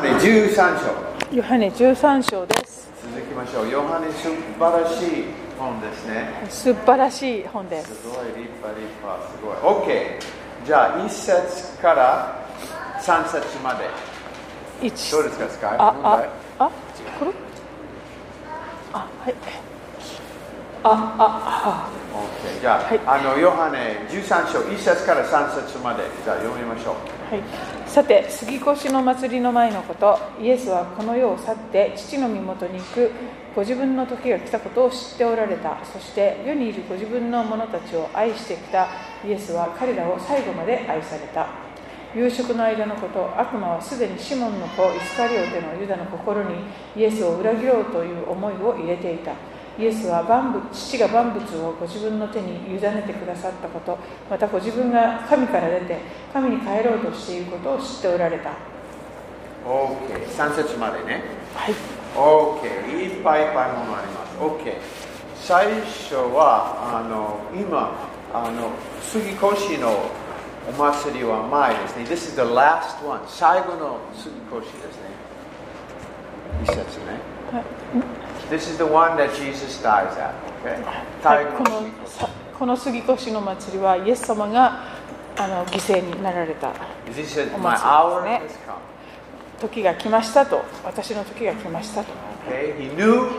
13章ヨハネ13章です続きましょうヨハネ素晴らしい本ですね素晴らしい本ですすごい立派立派すごい OK じゃあ1節から3節まで一どうですかスカイあ問題ああこれあはいあああ OK じゃあ,、はいあのヨハネ13章1節から3節までじゃあ読みましょうはい、さて杉越の祭りの前のことイエスはこの世を去って父の身元に行くご自分の時が来たことを知っておられたそして世にいるご自分の者たちを愛してきたイエスは彼らを最後まで愛された夕食の間のこと悪魔はすでにシモンの子イスカリオテのユダの心にイエスを裏切ろうという思いを入れていたイエスは万物父が万物をご自分の手に委ねてくださったことまたご自分が神から出て神に帰ろうとしていることを知っておられた OK3 節までねはい OK いっぱいいっぱいものあります OK 最初はあの今あの杉越のお祭りは前ですね This is the last one 最後の杉越ですね一節ね This is the one that Jesus dies at okay? はい最後このの杉越さこの杉越の祭りはイエス様があの犠牲になられた This is お祭りですね my hour has come 時が来ましたと私の時が来ましたと Okay, he knew,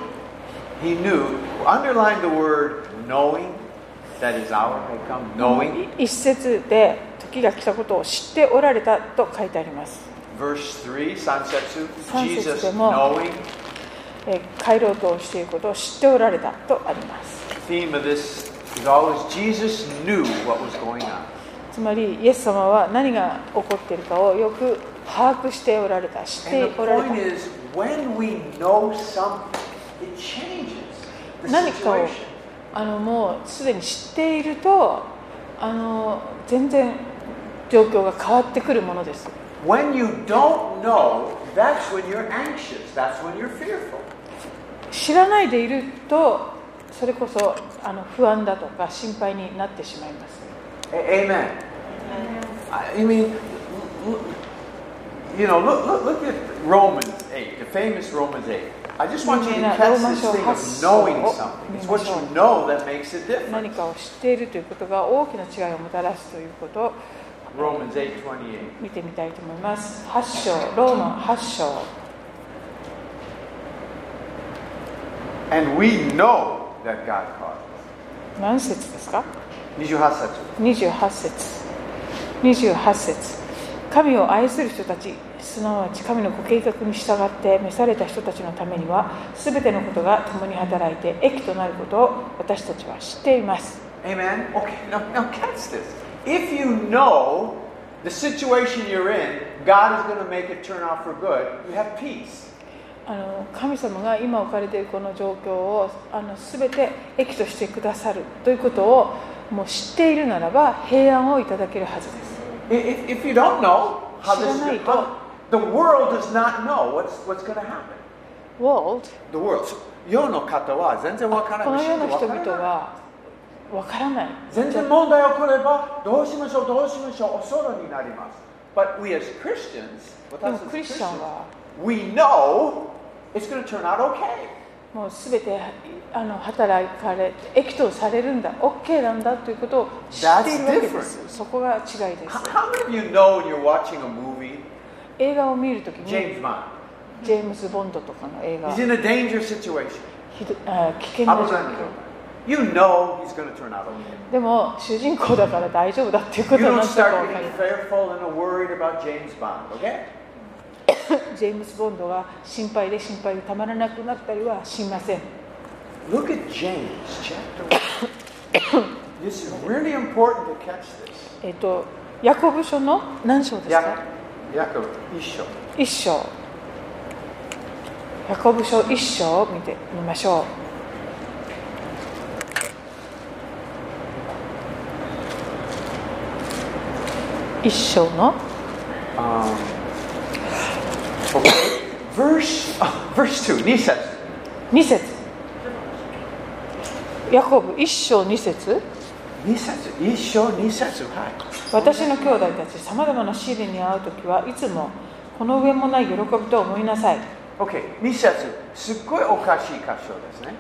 he knew, underline the word knowing, that his hour had come, knowing. 一節で時が来たことを知っておられたと書いてあります、 Verse 3, Sansetsu, 三節でも、 Jesus knowing. えー帰ろうとしていることを知っておられたとあります Theme of this is always Jesus knew what was going on. つまりイエス様は何が起こっているかをよく把握しておられた知って And the おられ point is, when we know something, it changes た the 何かを situation. あのもうすでに知っているとあの全然状況が変わってくるものです When you don't know, that's when you're anxious, that's when you're fearful. 知らないでいるとそれこそあの不安だとか心配になってしまいます A- Amen. I I mean, l- l- you know, look, look, look at Romans 8, the famous Romans 8. I just want you to 有名な catch ロー this マ書 thing 8 of knowing 章を something. It's 見ましょう。 what you know that makes it different. 何かを知っているということが大きな違いをもたらすということを Romans 8 28. 見てみたいと思います8章ローマ8章 And we know that God called us. 何節ですか28節。 28節28節神を愛する人たちすなわち神のご計画に従って召された人たちのためには全てのことが共に働いて益となることを私たちは知っています Amen. Okay, now, now catch this. If you know the situation you're in, God is going to make it turn out for good, you have peace. あの神様が今置かれているこの状況をあの全て益としてくださるということをもう知っているならば平安をいただけるはずです If, if you don't know how this is going to 知らないと。 the world does not know what's, what's going to happen. World The world. 世の方は全然わからこのない。世の人々知ってわからないはわからない全然問題起こればどうしましょうどうしましょう恐れになります。But we as Christians, でも as クリスチャンは we know it's going to turn out okay. もう全てあの働かれ益とされるんだ OK なんだということを知っているわけで That's different. すそこが違いです How, how many of you know when you're watching a movie, 映画を見るときに James Bond, ジェームズ・ボンドとかの映画 he's in a dangerous situation. ひどあ危険な状 How 況 You know he's going to turn out okay. でも主人公だから大丈夫だっていうこ You とにな don't った start getting fearful and worried about James Bond, okay? ジェームズ・ボンドが心配で心配でたまらなくなったりはしません Look at James chapter 1. this is really important to catch this. えっ、とヤコブ書の何章ですか Yaakov, Isho. 一章ヤコブ書一章を見てみましょう一章の Um, okay. verse, oh, verse 2, Nisas. 二節ヤコブ一章二節 Nisatsu, Isho, Nisatsu, hi. 私の兄弟たちさまざまな試練に遭う時はいつもこの上もない喜びと思いなさい Okay, 2節すっごいおかしい箇所ですね。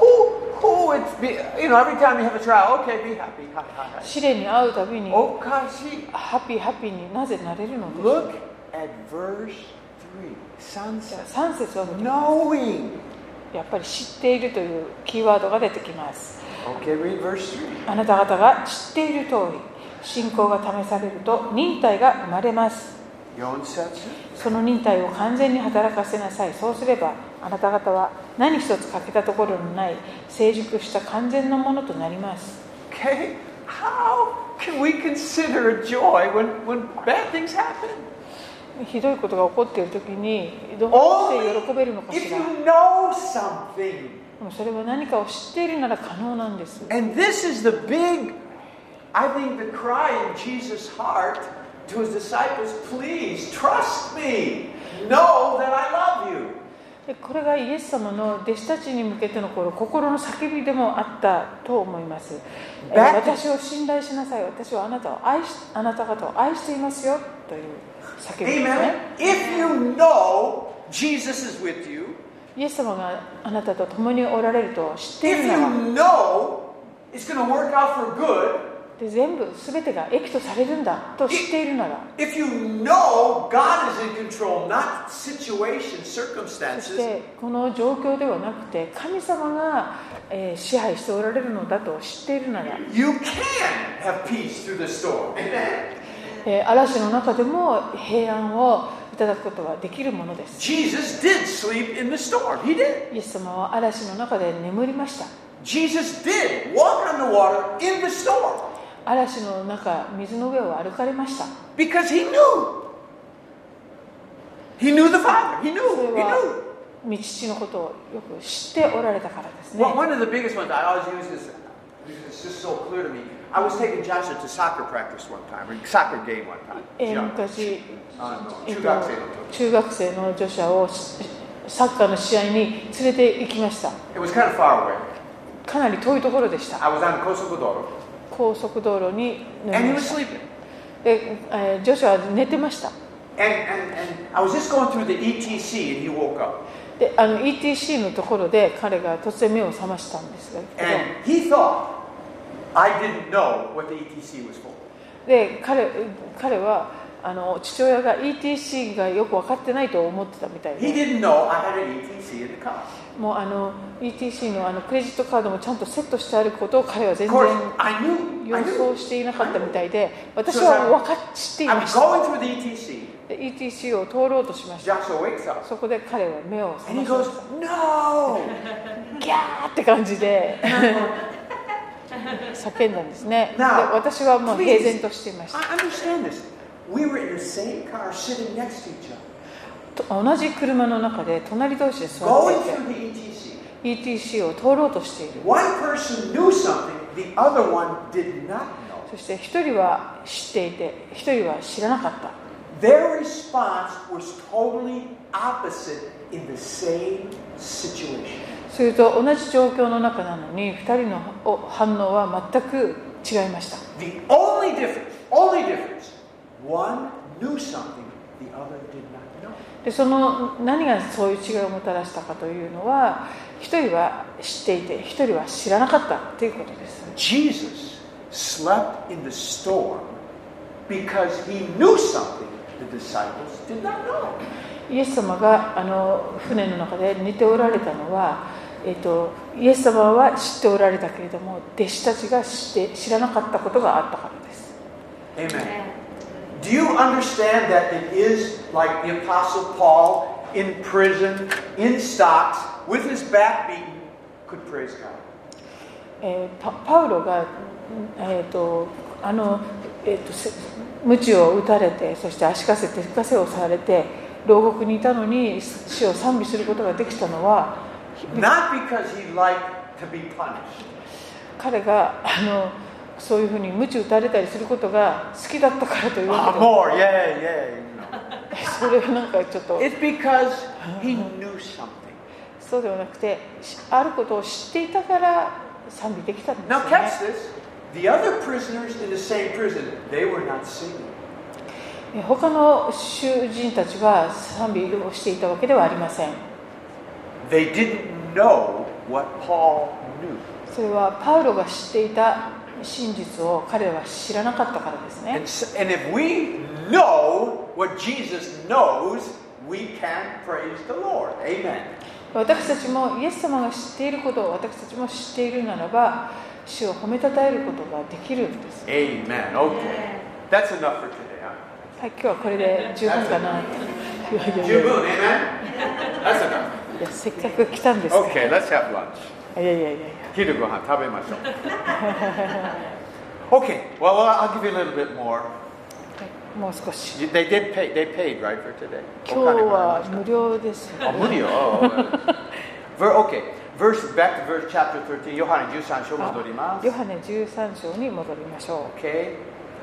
Who, who, it's be, you know, every time you have a trial, okay, be happy. Hi, hi, hi. 試練に会うたびにハおかしい。ッピーハッピーになぜなれるのでしょう Look at verse 3. 3じゃあ says, 3節を見て knowing. やっぱり知っているというキーワードが出てきます Okay, read verse 3. あなた方が知っている通り信仰が試されると忍耐が生まれます4節その忍耐を完全に働かせなさいそうすればあなた方は何一つ欠けたところのない成熟した完全なものとなります Okay, how can we consider it joy when, when bad things happen? ひどいことが起こっている時にどうして喜べるのか if しら you know something. でもそれは何かを知っているなら可能なんです And this is the big, I think, the cry in Jesus' heart to his disciples please trust me, know that I love you. でこれがイエス様の弟子たちに向けての頃心の叫びでもあったと思いますえー That- 私を信頼しなさい私はあなたを愛しあなた方を愛していますよという叫びですね Amen. If you know Jesus is with you, イエス様があなたと共におられると知ってい if るなら you know it's going to work out for good, で全部全てが益とされるんだと知っているなら if you know God is in control, not situations, そし circumstances, てこの状況ではなくて神様が、えー支配しておられるのだと知っているなら、 you can have peace through the storm. Amen. えー嵐の中でも平安をいただくことができるものです Jesus did sleep in the storm. He did. イエス様は嵐の中で眠りました Jesus did walk on the water in the storm 嵐の中水の上を歩かれました because he knew. He knew the Father. He それ knew. He は knew. 道父のことをよく知っておられたからですね One- One of the biggest ones I always use is because it's just so clear to me. I was taking Joshua to soccer practice one time, or soccer game one time. えー Young. 昔、あのえっと中学生の時中学生の女子をしサッカーの試合に連れて行きました It was kind of far away. かなり遠いところでした I was on Kosovo Doro, 高速道路に乗 and り he ま was した sleeping. で、えー女子は寝てました And, and, and I was just going through the ETC, and he woke up. であの ETC のところで彼が突然目を覚ましたんですけど And he thought I didn't know what the ETC was for. で彼彼はあの父親が ETC がよく分かってないと思ってたみたい He で didn't know I had an ETC in the car. もうあの ETC のあのクレジットカードもちゃんとセットしてあることを彼は Of 全 course, 然 I knew. I 予 knew. 想していなかったみたいで私は分かっ知っていま I'm した going through the ETC. で ETC を通ろうとしました Joshua wakes up そこで彼は目を覚 and ま he しま goes, した No! ギャーって感じで叫んだんですねで Now, 私はもう please. 平然としていました I understand this. We were in the same car sitting next to each other, と同じ車の中で隣同士で座ってい going て through the ETC. ETC を通ろうとしている One person knew something, the other one did not know. そして一人は知っていて一人は知らなかった Their response was totally opposite in the same situation. すると同じ状況の中なのに二人のお反応は全く違いました The only difference, only difference, one knew something, the other did not know. でその何がそういう違いをもたらしたかというのは一人は知っていて一人は知らなかったということです Jesus slept in the storm because he knew something the disciples did not know. イエス様があの船の中で寝ておられたのは、えっとイエス様は知っておられたけれども弟子たちが知って知らなかったことがあったからです Amen. Do you understand that it is like the Apostle Paul in prison, in stocks, with his back beaten, could praise God? えーパパウロが、えー、とあの、えー、とせ鞭を打たれてそして足かせ手かせをされて牢獄にいたのに死を賛美することができたのは Not because he liked to be punished, 彼があのそういうふうに鞭打たれたりすることが好きだったからというわ ah, けで more, yeah, yeah, you know. それはなんかちょっと It's because he knew something. そうではなくてしあることを知っていたから賛美できたんですよ Now ね catch this. The other prisoners in the same prison, they were not singing. え他の囚人たちは賛美をしていたわけではありません They didn't know what Paul knew. それはパウロが知っていた真実を彼らは知らなかったからですね And, s- and if we know what Jesus knows, we can praise the Lord. Amen. 私たちもイエス様が知っていることを私たちも知っているならば主を褒めたたえることができるんです Amen. Okay. That's enough for today. Huh? はい今日はこれで十分かないやいやいや June, い amen? That's enough. やせっかく来たんですから、 Okay, let's have lunch. いやいやいやいや昼ご飯食べましょう。okay, well, well, I'll give you a little bit more. もう少し You- They did pay, they paid, right, for today? 今日は無料ですよお金払いました。あ、無理よ。Ver- okay, verse, back to verse chapter 13, ヨハネ13章戻ります。ヨハネ13章に戻りましょ Okay.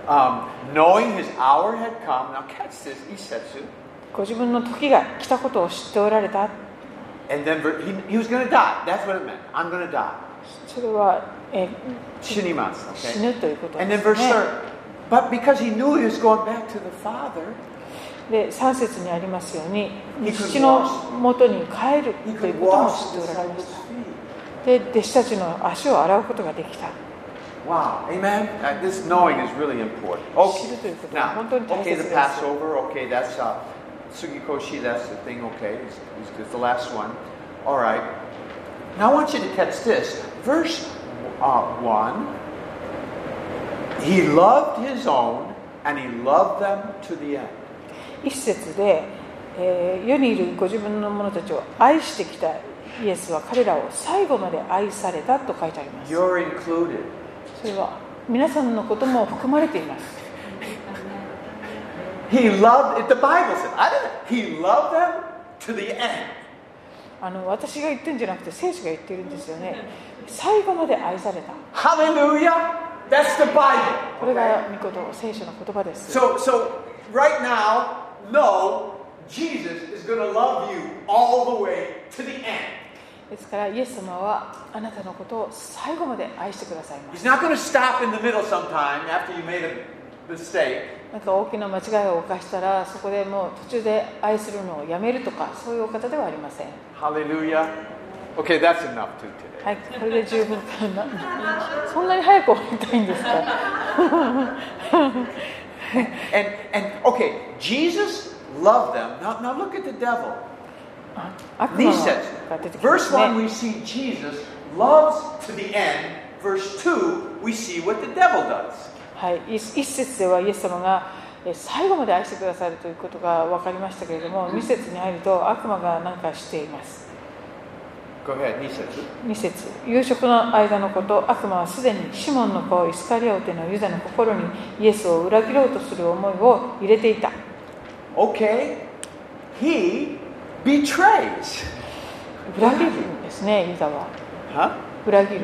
Um, knowing his hour had come, now catch this, Isetsu. うご自分の時が来たことを知っておられた And then ver- he, he was going to die. That's what it meant. I'm going to die. それは、え Shinimas. 死 Okay. ぬということ And で then す verse ね 30. But because he knew he was going back to the Father, で3節にありますように He could 父の元に帰る he という could ことも wash 知 the っておられまし disciples' た feet. で弟子たちの足を洗うことができた Wow. Amen. Uh, this knowing is really important. Okay. 知るということは Now, 本当に大切です。 okay, the Passover. Okay, that's uh, Sugikoshi. That's the thing. Okay, it's, it's- it's the last one. All right. Now I want you to catch this. Verse uh, one. He loved his own, and he loved them to the end. 一節で、えー世にいるご自分の者たちを愛してきたイエスは彼らを最後まで愛されたと書いてあります You're included. それは皆さんのことも含まれています He loved it. The Bible said, I didn't. He loved them to the end. あの私が言ってるんじゃなくて聖書が言ってるんですよね最後まで愛された Hallelujah. That's the Bible. これが御言聖書の言葉です So, so right now, know Jesus is going to love you all the way to the end. ですからイエス様はあなたのことを最後まで愛してくださいま He's す not going to stop in the middle sometime after you made a mistake. なんか大きな間違いを犯したらそこでもう途中で愛するのをやめるとかそういうお方ではありません Hallelujah. Okay, that's enough too today. はい、これで十分かな。そんなに 早く終わりたいんですか。 And and okay, Jesus loved them. Now now look at the devil. 悪魔 He が says, 出てきま verse す one ね。 we see Jesus loves to the end. Verse two we see what the devil does. はい、一一節ではイエス様がえ最後まで愛してくださるということが分かりましたけれども、二節に入ると悪魔が何かしています。 Go ahead, he says. 二節、夕食の間のこと、悪魔はすでにシモンの子イスカリオテのユダの心にイエスを裏切ろうとする思いを入れていた。 Okay, he betrays. 裏切るんですね、ユダは。 Huh? 裏切る。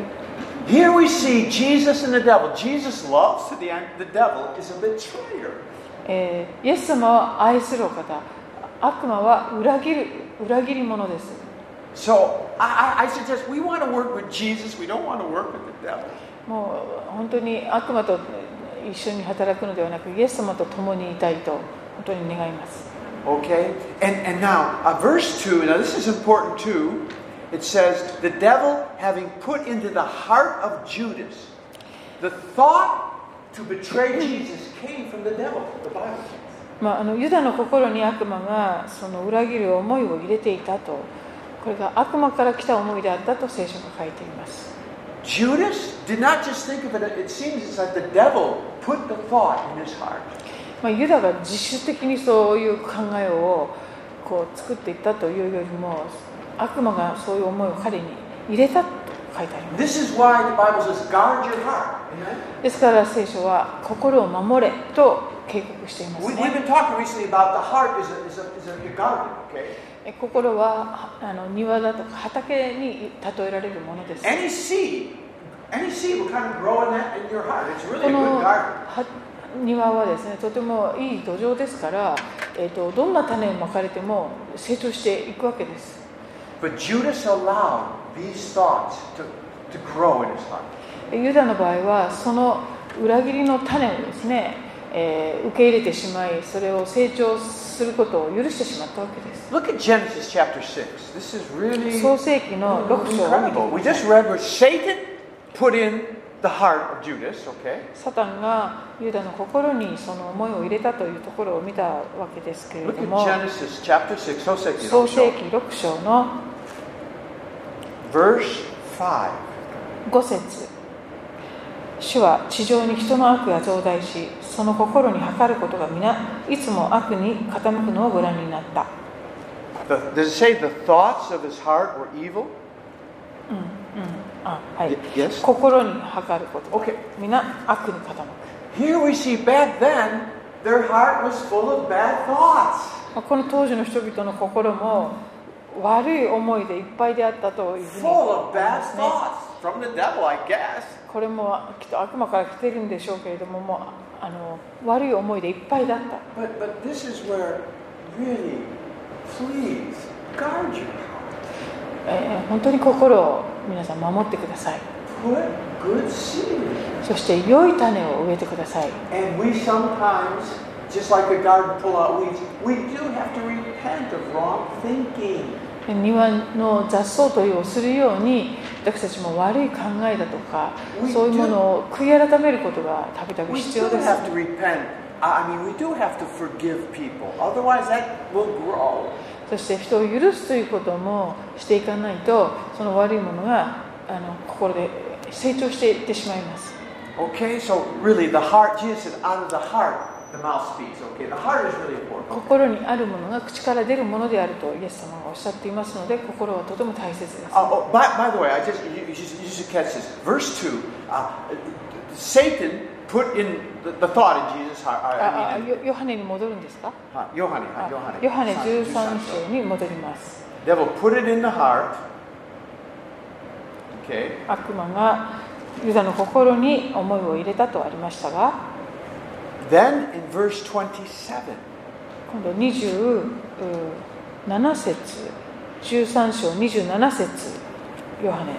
Here we see Jesus and the devil. Jesus loves to the end. The devil is a betrayer. えーイエス様は愛するお方悪魔は裏切る裏切り者です So I, I, I suggest we want to work with Jesus. We don't want to work with the devil. もう本当に悪魔と一緒に働くのではなくイエス様と共にいたいと本当に願います Okay? And, and now, uh, verse 2, now this is important too. It says, The devil having put into the heart of Judas the thought to betray Jesus came from the devil, the Bible says. まあ、あのユダの心に悪魔がその裏切る思いを入れていたとこれが悪魔から来た思いであったと聖書が書いています Judas did not just think of it, it seems it's like the devil put the thought in his heart. まあ、ユダが自主的にそういう考えをこう作っていったというよりも悪魔がそういう思いを彼に入れたと書いてありま This is why the Bible says, guard your heart. Amen? すですから聖書は心を守れと警告していま We, す we've ね been talking recently about the heart is a, is a, is a garden, okay? え心はあの庭だとか畑に例えられるものです Any seed, any seed will kind of grow in that in your heart. It's really こ a の good garden. は庭はですねとてもいい土壌ですから、えっとどんな種をまかれても成長していくわけです But Judas allowed these thoughts to, to grow in his heart. ユダの場合はその裏切りの種をですねえー受け入れてしまいそれを成長することを許してしまったわけです Look at Genesis chapter 6. This is really Mm-hmm. 創世紀の6章を見て incredible. く We ださ just い read where Satan put in the heart of Judas, okay? サタンがユダの心にその思いを入れたというところを見たわけですけれど Look も at Genesis chapter 6, 創世紀創世記の章, 6章の verse 5. 5節主は地上に人の悪が増大しその心に測ることが皆いつも悪に傾くのをご覧になった、 The, does it say the thoughts of his heart were evil? うんうんあはい Y- yes. 心に測ることが Okay. 皆悪に傾く Here we see back then, their heart was full of bad thoughts. まあこの当時の人々の心も悪い思いでいっぱいであったというふうに Full of ま bad すね thoughts. From the devil, I guess. これもきっと悪魔から来てるんでしょうけれどももうあの悪い思いでいっぱいだった But, but this is where, really, please guard your heart. えー本当に心を皆さん守ってください Put good seed in it. そして良い種を植えてください And we sometimes, just like the garden pull out weeds, we do have to repent of wrong thinking. 庭の雑草取りをするように私たちも悪い考えだとか We do. そういうものを悔い改めることがたびたび We 必要 still です have to repent. I I mean, we do have to forgive people. Otherwise, that will grow. そして人を許すということもしていかないとその悪いものがあの心で成長していってしまいます Okay, so really, the heart, Jesus said, out of the heart, the mouth speaks. Okay, the heart is really important. Uh, 心にあるものが口から出るものであるとイエス様がおっしゃっていますので心はとても大切です Uh, oh, by, by the way, I just you, you, should, you should catch this. Verse two, uh, Satan put in the, the thought in Jesus' heart. ああ I mean, ヨヨハネに戻るんですか uh, Yohane, あ uh, Yohane. ヨハネ Sorry, 13 13. 章に戻ります Devil put it in the heart. Okay. 悪魔がユダの心に思いを入れたとありましたが Then in verse 27, 今度27節13章27節ヨハネ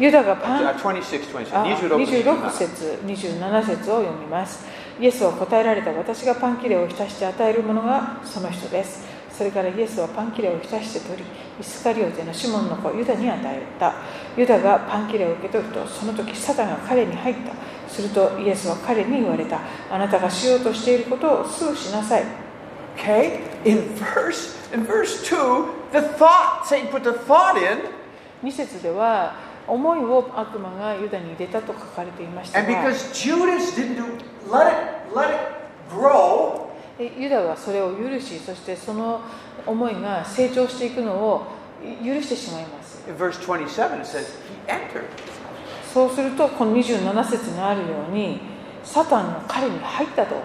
ユダがパン uh, 26, 27, あ26 26, 節27節を読みますイエスは答えられた私がパン切れを浸して与えるものがその人ですそれからイエスはパン切れを浸して取りイスカリオテのシモンの子ユダに与えたユダがパン切れを受け取るとその時サタンが彼に入ったするとイエスは彼に言われたあなたがしようとしていることをすぐしなさい Okay. In verse in verse two, the thought Satan put the thought in, 2節では思いを悪魔がユダに入れたと書かれていました and が because Judas didn't do let it let it grow, でユダはそれを許しそしてその思いが成長していくのをい許してしまいます in verse 27 it says he entered. そうするとこの27節にあるようにサタンが彼に入ったと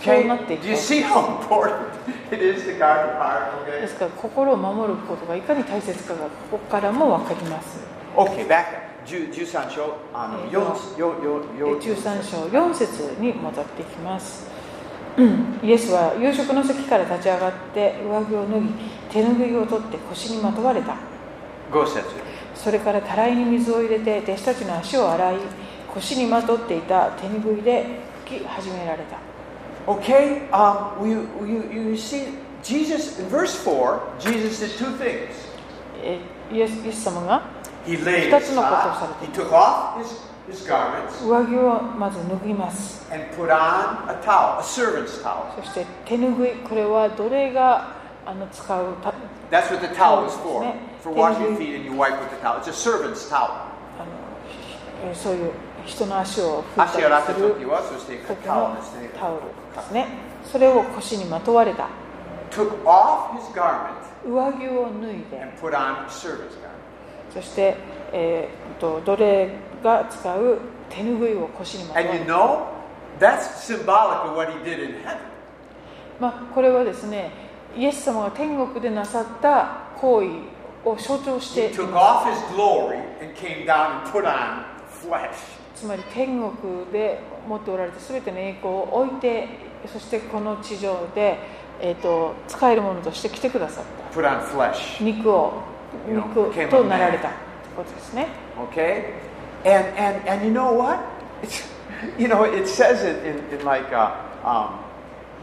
そうなってい Okay. く Do you わけ see how important it is to guard the heart? で Okay. すから心を守ることがいかに大切かがここからも分かります Okay. Back. Ju- um, 13章あの、えーと、四-よ-よ-えよ- 13章4節に戻っていきますうんイエスは夕食の席から立ち上がって上着を脱ぎ手ぬぐいを取って腰にまとわれた五節それからたらいに水を入れて弟子たちの足を洗い腰にまとっていた手ぬぐいで拭き始められた Okay, um, we, you, you see, Jesus, in verse 4, Jesus did two things. えイエスイエス様が He laid That's his not what side, I'm he took off his, his garments 上着をまず脱ぎます and put on a towel, a servant's towel. そして手ぬぐいこれは奴隷があの使うた That's what the towel is for, Isn't it? for Then washing your you- feet and you wipe with the towel. It's a servant's towel. あのえそういう人の足を拭いたりする足を洗った時のタオルです時は、そしてタオルですね。ねそれを腰にまとわれた Took off his garment 上着を脱いで and put on a servant's garment. そして、えー、と奴隷が使う手ぬぐいを腰にまとわ And れ you た know, that's symbolic of what he did in heaven. まあ、これはですねイエス様が天国でなさった行為を象徴して He い took ま off his glory and came down and put on flesh. すつまり天国で持っておられた全ての栄光を置いてそしてこの地上で、えー、と使えるものとして来てくださった Put on flesh. 肉を You know, 肉 came と on なられたということですね Okay? And and and you know what? It's, you know, it says it in, in like uh, um,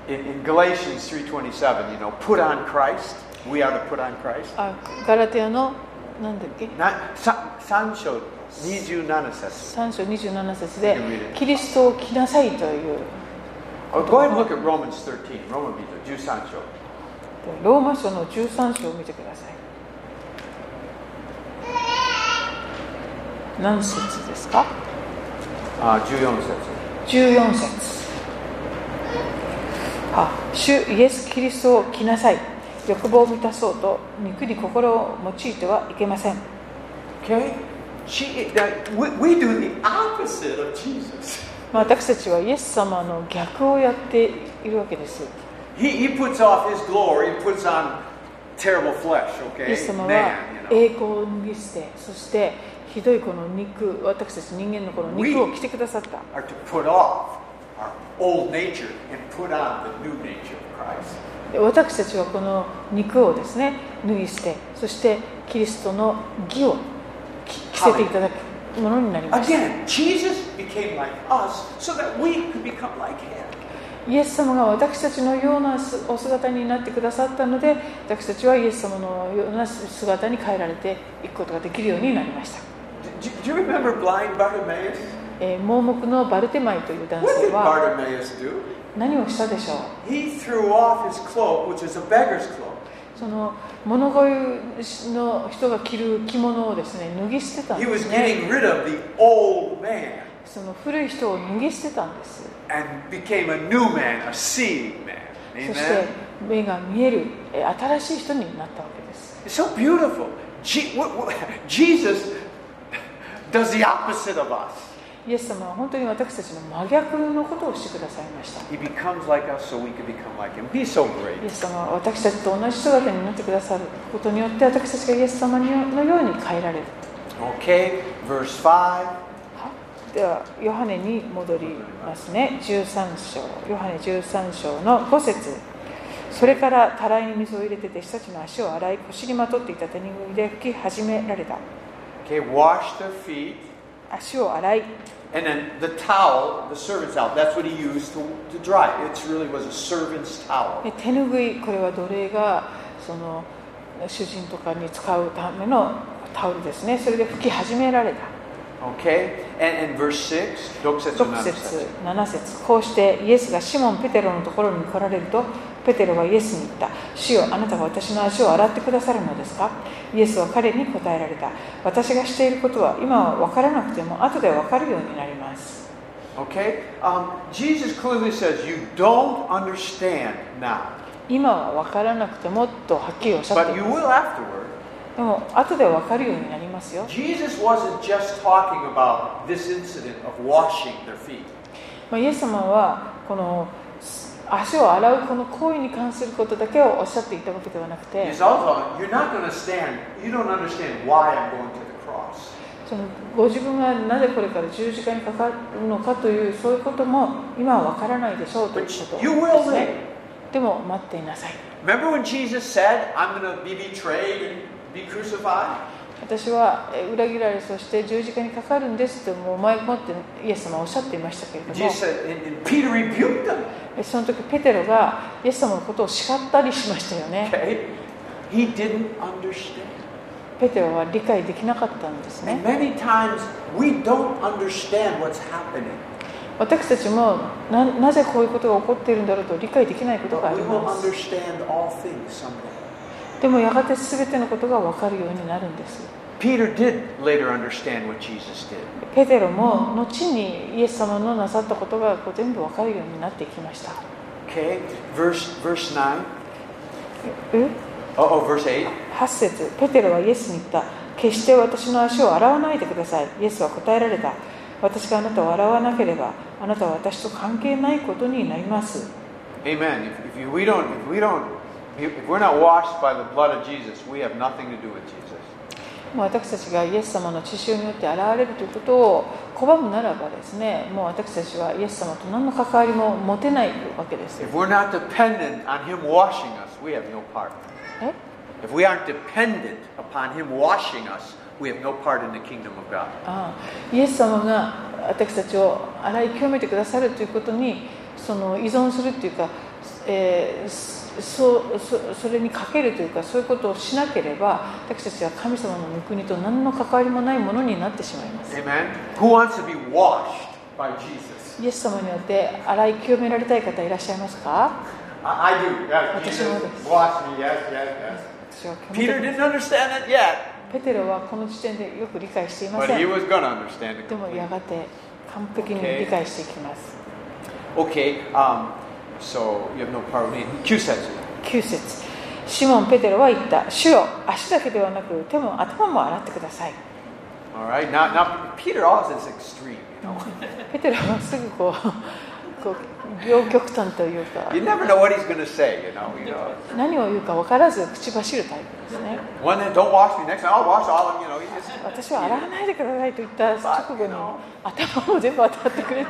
in, in Galatians 3.27, you know, put on Christ. We are to put on Christ. あガラテアのなんだっけなさ3章27節。 3章27節 You で can read it. キリストを着なさいという Oh, go ahead and look at Romans 13. Roman 13, 13章。ローマ書の13章を見てください何節ですかあ14節。 14節あ主イエス・キリストを着なさい欲望を満たそうと肉に心を用いてはいけません Okay? She, that, we, we do the opposite of Jesus. まあ私たちはイエス様の逆をやっているわけです。 He, he puts off his glory and puts on terrible flesh, イ okay? エス様は Man, you know. 栄光を脱ぎ捨て、そしてひどいこの肉、私たち人間のこの肉を着てくださった。 Are to put off our old nature and put on the new nature of Christ. で私たちはこの肉をですね、脱ぎ捨て、そしてキリストの義を着着せていただくものになりました。 Again, Jesus became like us so that we could become like him. イエス様が私たちのようなすお姿になってくださったので、私たちはイエス様のような姿に変えられていくことができるようになりました。 Do, do you remember blind Bartimaeus? えー盲目のバルテマイという男 What 性 did は Bartimaeus do? 何をしたでしょう He threw off his cloak, which is a beggar's cloak. その物乞いの人が着る着物をですね脱ぎ捨てたん He で was すね getting rid of the old man その古い人を脱ぎ捨てたんです and became a new man, a seeing man. そして Amen. 目が見えるえー新しい人になったわけです It's so beautiful. Je- what- what- Jesus does the opposite of us. イエス様は本当に私たちの真逆のことをしてくださいました He becomes like us so we can become like him. He's so great. イエス様は私たちと同じ姿になってくださることによって私たちがイエス様のように変えられる Okay, verse 5. はいではヨハネに戻りますね13章ヨハネ13章の5節それからたらいに水を入れて弟子たちの足を洗い腰にまとっていた手拭いで拭き始められた Okay, wash their feet. 足を洗い And then the towel, the servant's towel, that's what he used to, to dry. It really was a servant's towel. え手拭いこれは奴隷がその主人とかに使うためのタオルですねそれで拭き始められた Okay? And, and verse 6. 読節6節7節こうしてイエスがシモン・ペテロのところに来られるとペテロはイエスに言った「主よあなたが私の足を洗ってくださるのですか?」イエスは彼に答えられた「私がしていることは今は分からなくても後で分かるようになります」 Okay? Um, Jesus clearly says, You don't understand now, 今は分からなくてもとはっきりおっしゃって but い you ます will afterward. でも後で分かるようになりますよ Jesus wasn't just talking about this incident of washing their feet. まあイエス様はこのす足を洗うこの行為に関することだけをおっしゃっていたわけではなくて He's also, you're not going to stand, you don't understand why I'm going to the cross. そのご自分がなぜこれから十字架にかかるのかというそういうことも今は分からないでしょうというこ But と you で will す live. ねでも待っていなさい Remember when Jesus said, I'm going to be betrayed and be crucified? 私はえー裏切られそして十字架にかかるんですともう前もってイエス様はおっしゃっていましたけれども Jesus said, and, and Peter rebuked them. えその時ペテロがイエス様のことを叱ったりしましたよね Okay? He didn't understand. ペテロは理解できなかったんですね And many times we don't understand what's happening. 私たちもななぜこういうことが起こっているんだろうと理解できないことがあ But り we will ます understand all things someday. でもやがて全てのことが分かるようになるんです Peter did later understand what Jesus did. ペテロも後にイエス様のなさったことがこう全部わかるようになっていきました。 Okay, verse verse nine. え Oh, oh verse eight. 8節ペテロはイエスに言った。決して私の足を洗わないでください。イエスは答えられた。私があなたを洗わなければ、あなたは私と関係ないことになります。 Amen. If, if you, we don't, if we don't, if we're not washed by the blood of Jesus, we have nothing to do with Jesus. もう私たちがイエス様の血潮によって現れるということを拒むならばですね、もう私たちはイエス様と何の関わりも持てないわけですよ If。we're not dependent on Him washing us, we have no part. え If we aren't dependent upon Him washing us, we have no part in the kingdom of God. ああイエス様が私たちを洗い清めてくださるということにその依存するっていうか、えーそうそそれにかけるというかそういうことをしなければ私たちは神様の御国と何の関わりもないものになってしまいます Amen. Who wants to be washed by Jesus? イエス様によって洗い清められたい方いらっしゃいますか I, I do. Yes, What is Jesus, your motive? wash me. Yes, yes, 私は yes. Peter didn't understand it yet, ペテロはこの時点でよく理解していま but せ he ん was going to understand it. でもやがて完璧に理解していきます、 Okay, um, so you have no power with me. Q says, 9節シモン・ペテロは言った主よ足だけではなく手も頭も洗ってください all right, now, now Peter always is extreme, you know. ペテロはすぐこう こう両極端というか You never know what he's going to say, you know. You know. 何を言うか分からず口走るタイプですね One day, don't wash me. Next time, I'll wash all of them, you know. He just, 私は洗わないでくださいと言った直後に頭も全部当たってくれて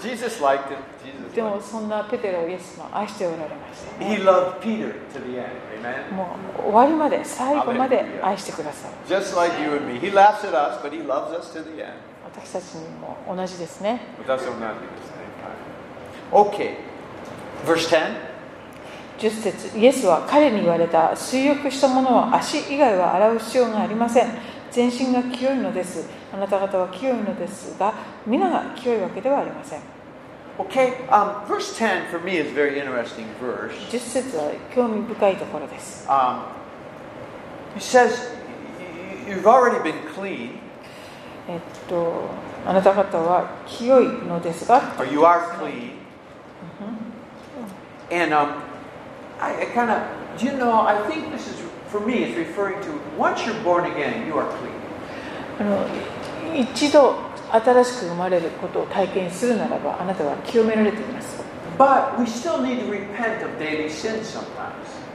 Jesus liked it. Jesus でも liked そんなペテロをイエス様は愛しておられました it. He ね loved Peter to the end, amen? もう終わりまで最後まで愛してください Just like you and me. He laughs at us, but he loves us to the end. 私たちにも同じですね But that's what not do the same time. Okay, verse 10. 10節イエスは彼に言われた水浴したものは足以外は洗う必要がありません全身が清いのですあなた方は清いのですが皆が清いわけではありません Okay, um, verse 10 for me is a very interesting verse. 10節は興味深いところです Um, he says, You've already been clean, えっとあなた方は清いのですが or you are clean. And um, I, I kind of, you know, I think this is, for me, it's referring to once you're born again, you are clean. あの一度新しく生まれることを体験するならばあなたは清められています But we still need to repent of daily sin sometimes.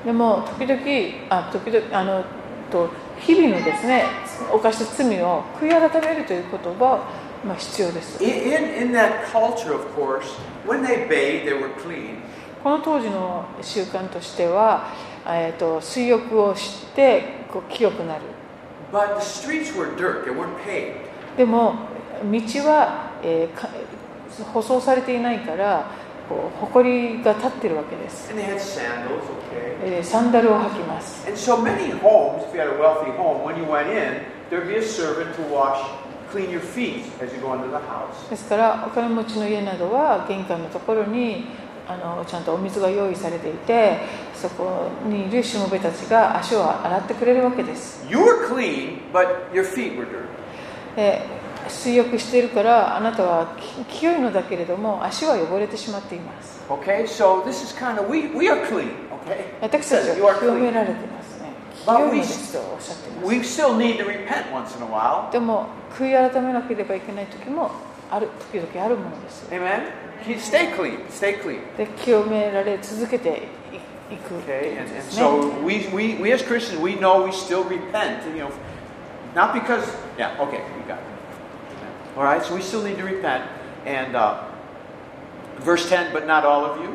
でも時々あ時々あのと日々のですね犯した罪を悔い改めるという言葉は、まあ、必要です I- In, in that culture, of course, when they bathed, they were clean. この当時の習慣としては、えっと水浴をしてこう清くなる But the streets were dirt, they weren't paved. でも道は、えーか舗装されていないからこう埃が立ってるわけです、 And they had sandals, okay? えーサンダルを履きます And so many homes, if you had a wealthy home, when you went in, there'd be a servant to wash, clean your feet as you go into the house. ですからお金持ちの家などは玄関のところにあのちゃんとお水が用意されていてそこにいるしもべたちが足を洗ってくれるわけです、 You were clean, but your feet were dirty. えー水浴しているからあなたはき清いのだけれども足は汚れてしまっています Okay, so this is kind of, we, we are clean, okay? 私たち You are は清め clean. られてますね But 清いの we- ですとおっしゃっています We still need to repent once in a while. でも悔い改めなければいけない時もある時々あるものです Amen? He- Stay clean, stay clean. で清められ続けていいくってい Okay, う and, ことで and すね so we, we, we as Christians, we know we still repent, you know, not because, yeah, okay, we got it. All right, so we still need to repent. And uh, verse 10, but not all of you.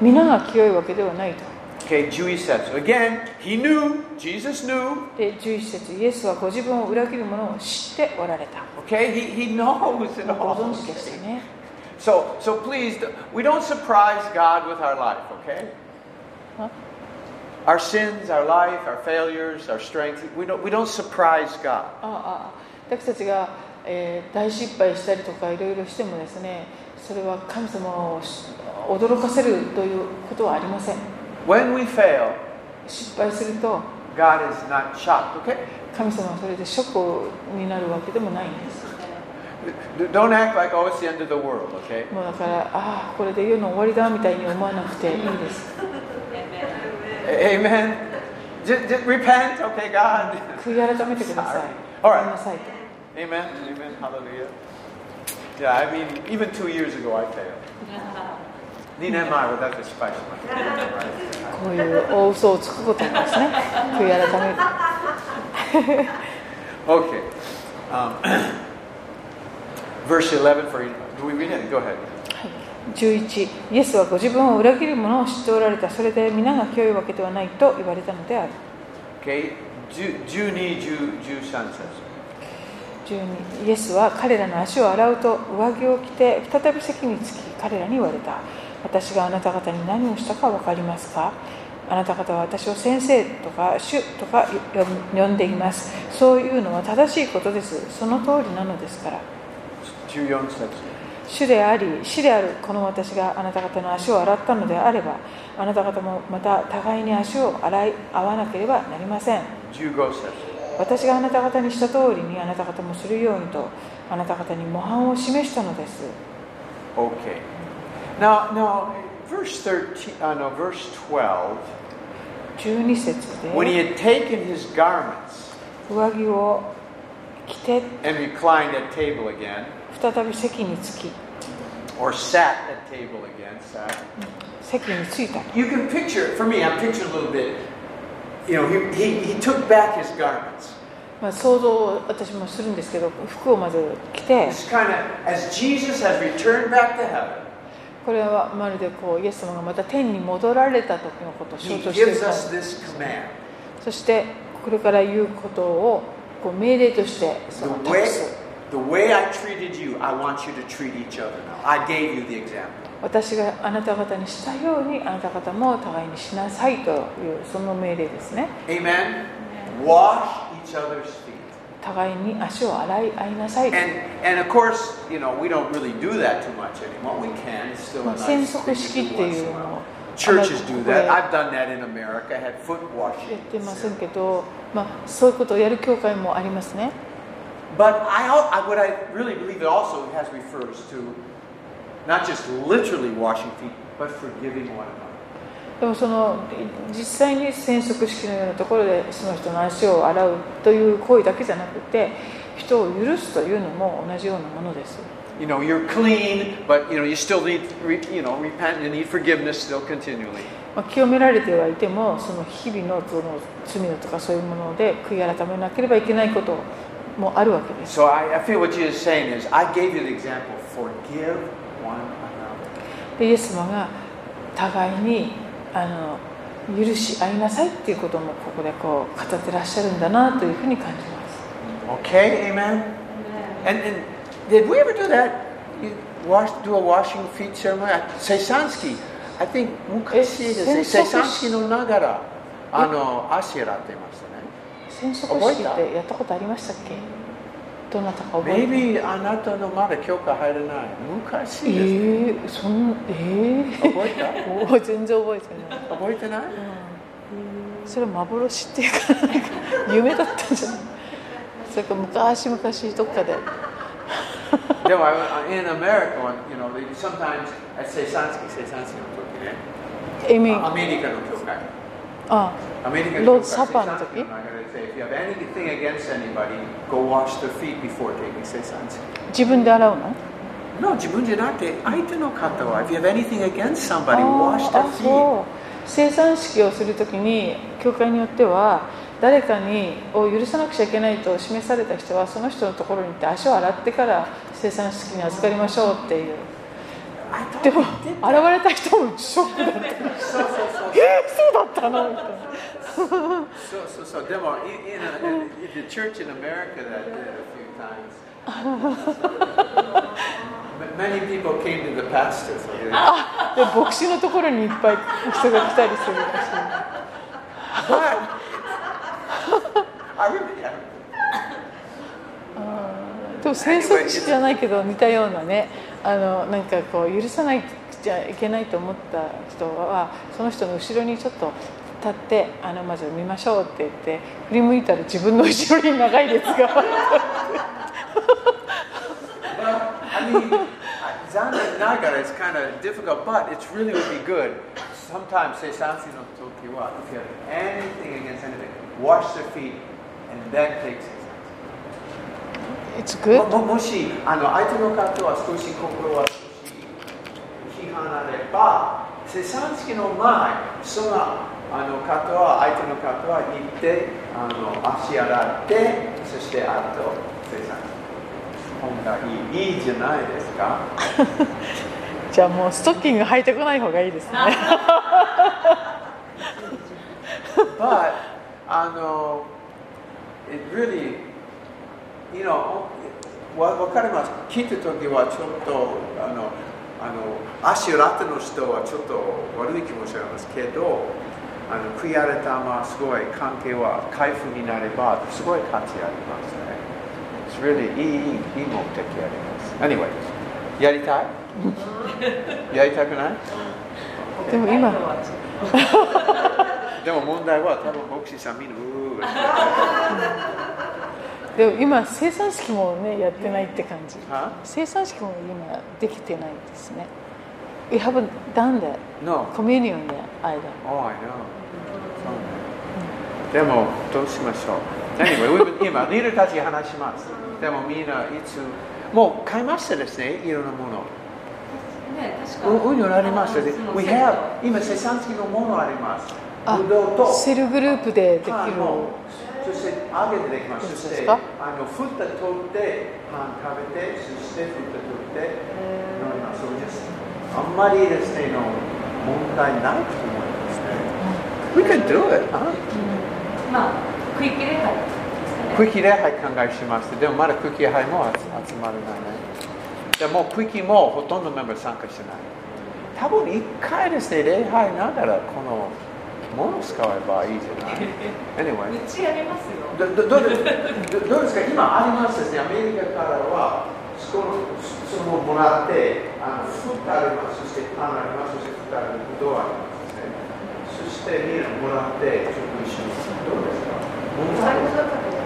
皆が清いわけではないと Okay, Jewy said, so again, he knew, Jesus knew, で11節イエスはご自分を裏切る者を知っておられた okay, he, he knows it ご all. 存知でしたね So, so please, we don't surprise God with our life, okay? Huh? Our sins, our life, our failures, our strength, we don't, we don't surprise God. ああああ私たちが、えー大失敗したりとかいろいろしてもですねそれは神様を驚かせるということはありません When we fail, 失敗すると God is not shocked, okay? 神様はそれでショックになるわけでもないんです。 D- Don't act like, oh, it's the end of the world, okay? もうだから、ああ、これで世の終わりだみたいに思わなくていいんです。 A- Amen? Just, just repent, okay, God? 悔い改めてください。 All ご right. めんなさいと。 Amen? Amen? Hallelujah. Yeah, I mean, even two years ago, I failed. Nina and I were that special. こういう大嘘をつくことなんですね。悔い改める。 Okay. Um, verse 11 for you. Do we read it? Go ahead. 11イエスはご自分を裏切る者を知っておられたそれで皆が清いわけではないと言われたのである Okay. Ju- Juni Ju Ju San says. 12イエスは彼らの足を洗うと上着を着て再び席につき彼らに言われた私があなた方に何をしたか分かりますかあなた方は私を先生とか主とか呼ぶ呼んでいますそういうのは正しいことですその通りなのですから14節主であり死であるこの私があなた方の足を洗ったのであればあなた方もまた互いに足を洗い合わなければなりません15節私があなた方にした通りにあなた方もするようにとあなた方に模範を示したのです Okay. Now, now, verse 13, uh, no, verse 12, 12節 when he で had taken his garments 上着を着て and reclined at table again, 再び席につき or sat at table again, sat, 席に着いた you can picture, for me, I'm picturing a little bit, you know, he, he, he took back his garments. まあ、想像を私もするんですけど服をまず着て It's kind of, as Jesus has returned back to heaven, これはまるでこうイエス様がまた天に戻られた時のことを象 he 徴している gives から us this command. そしてこれから言うことをこう命令として The その way, the way I treated you, I want you to treat each other now. I gave you the example. 私があなた方にしたようにあなた方も互いにしなさいというその命令ですね Amen? Wash each other's feet. 互いに足を洗い合いなさい And, and of course, you know, we don't really do that too much anymore. We can. It's still a 潜 nice 足 thing 式 to っ do once in a ていうのを while. あ Churches の do ここで that. I've done that in America. I had foot washing. やってませんけど、まあ、そういうことをやる教会もありますね But I, al- I, what I really believe it also has refers to not just literally washing feet, but forgiving one another. でもその実際に染色式のようなところでその人の足を洗うという行為だけじゃなくて人を許すというのも同じようなものです You know, you're clean, but you know, you still need, re, you know, repent and need forgiveness still continually. まあ清められてはいてもその日々のその罪だとかそういうもので悔い改めなければいけないこともあるわけです So I, I feel what Jesus is saying is, I gave you the example, forgive one another. でイエス様が互いにあの許し合いなさいっていうこともここでこう語ってらっしゃるんだなというふうに感じます Okay, amen? And, and did we ever do that? You wash, do a washing feet ceremony? Seisansky. I think, え、昔ですね、Seisansky 染色覚え式たってやったことありましたっけどなたか覚えてます Maybe あなたのまだ教科入れない。昔です。えー、そんえー、覚えたおー全然覚えてない、覚えてない それ幻っていうかなんか夢だったんじゃないそれか昔々どっかで no, I, I- in America, when, you know, they sometimes I say Sansky, say Sansky no toki ne. エミ Uh, あ America no kyokai. あ America no Lord's kyokai, Supper no seisansuki toki? no nagara de say, if you have anything against anybody, go wash their feet before taking Seisansky. 自分で洗うの No, 自分じゃなくて相手の方は if you have anything against somebody, あ wash ー their あ feet. そう生産式をするときに教会によっては誰かにを許さなくちゃいけないと示された人はその人のところに行って足を洗ってから生産式に預かりましょうっていう I thought でも they did 現れた人もショックだった that. So, so, え so, ー、そうだったのみたいな so, so, so, demo, in, in, a, in the church in America that did it a few times. But Many people came to the pastor for this. で牧師のところにいっぱい人が来たりするらしい But I really, I, でも戦争式じゃないけど似たようなねあのなんかこう許さないじゃいけないと思った人はその人の後ろにちょっと立ってあのまず見ましょうって言って振り向いたら自分の後ろに長い列が well, I mean, I- Zanin Nagara is kind of difficult, but it's really would be good. Sometimes say something no toki wa, if you have anything against anything, wash their feet and then take it. It's も good ももしあの相手の方は少し心は少し批判あれば、生産式の前、そのあの方は相手の方は行ってあの足洗って、そしてあと生産式。本がいいいいじゃないですか。じゃあもうストッキング履いてこない方がいいですね But あの it really you know わわかります。聞いた時はちょっとあのあの足ラテの人はちょっと悪い気持ちがありますけど、あの悔やれたまますごい関係は回復になればすごい価値ありますね。It's really いいいいいい目的あります。Anyway, やりたい？やりたくない？でも今でも問題は多分牧師さんみんなうーうーでも今生産式もねやってないって感じは生産式も今できてないですね We haven't done that No. communion yet either Oh, I know. そうねでも、どうしましょう ?Anyway, 今、リーダーたち話します。でも、みんないつ、もう買いましたですね、いろんなもの。ね、確かううになりましたであの We セット have、今、セサンスキのものあります。あぶどうと、セルグループでできるパンをそして、揚げてできます。そうそですして、あかの、ふた取って、パン食べて、そして、ふた取って、飲みます。そうです。あんまりですね、の問題ないと思いますね。We can do it. あまあ、食い切れないですかね。クッキー礼拝考えしました。でもまだクッキー礼拝も集集まらないね。でもうクッキーもほとんどメンバー参加してない。多分一回ですね、礼拝ながらこのもの使えばいいじゃない ?Anyway。うちやりますよ。どどどうですどどうですか今ありますですねアメリカからはそこのそそのもらってあのフットありますそしてパンありますそしてフットありますドアありますですねそしてみんなもらってちょっと一緒にどうですか問題最後ですだったけど、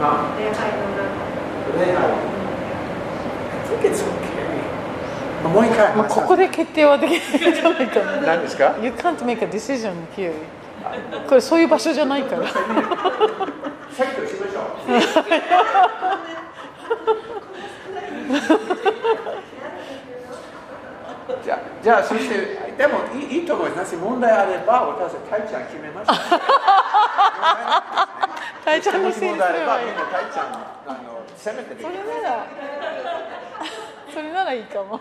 か礼拝の中恋愛 I think it's okay もう一回もうここで決定はできないんじゃないかな何ですか You can't make a decision here これそういう場所じゃないからさっきとしましょう じゃあじゃあそしてでもいいいいと思います問題あれば私はタイちゃん決めました大ちゃんのもせしいに問すれ題あればばいいみんなタイちゃんあの責めてできそるれならそれならいいかも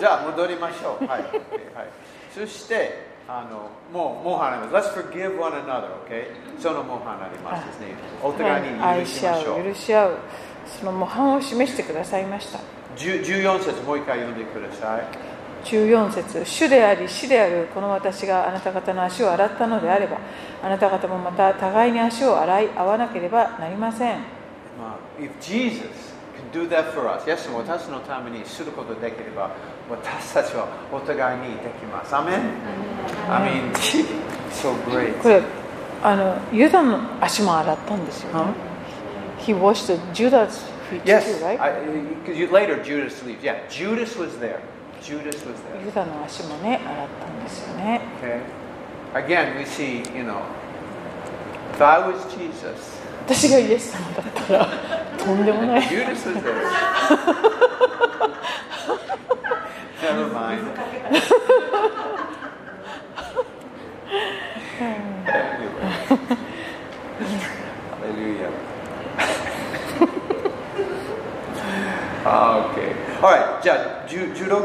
じゃあ戻りましょう。はい。はい、そして、あのもう、もう離れます。Let's forgive one another, okay? そのもう離れますですね。お互いに許愛ししま合しょうう。許し合うその模範を示してくださいました10 14節、もう一回読んでください。 14節主であり死であるこの私があなた方の足を洗ったのであればあなた方もまた互いに足を洗い合わなければなりませんまあ、If Jesus can do that for us, イエスも私のためにすることできれば、私たちはお互いにできます。アメン I mean, so great. これあのユダの足も洗ったんですよね、He washed the Judah's feet Yes, too, right? I, because you, later Judas leaves. Yeah, Judas was there. Judas was there. ユダの足もね洗ったんですよね Okay. Again, we see, you know, if I was Jesus, 私がイエス様だったら とんでも ない Judas was there. Never mind. anyway. Hallelujah. Ah, okay. All right. じゃあ、16節。Okay. はい、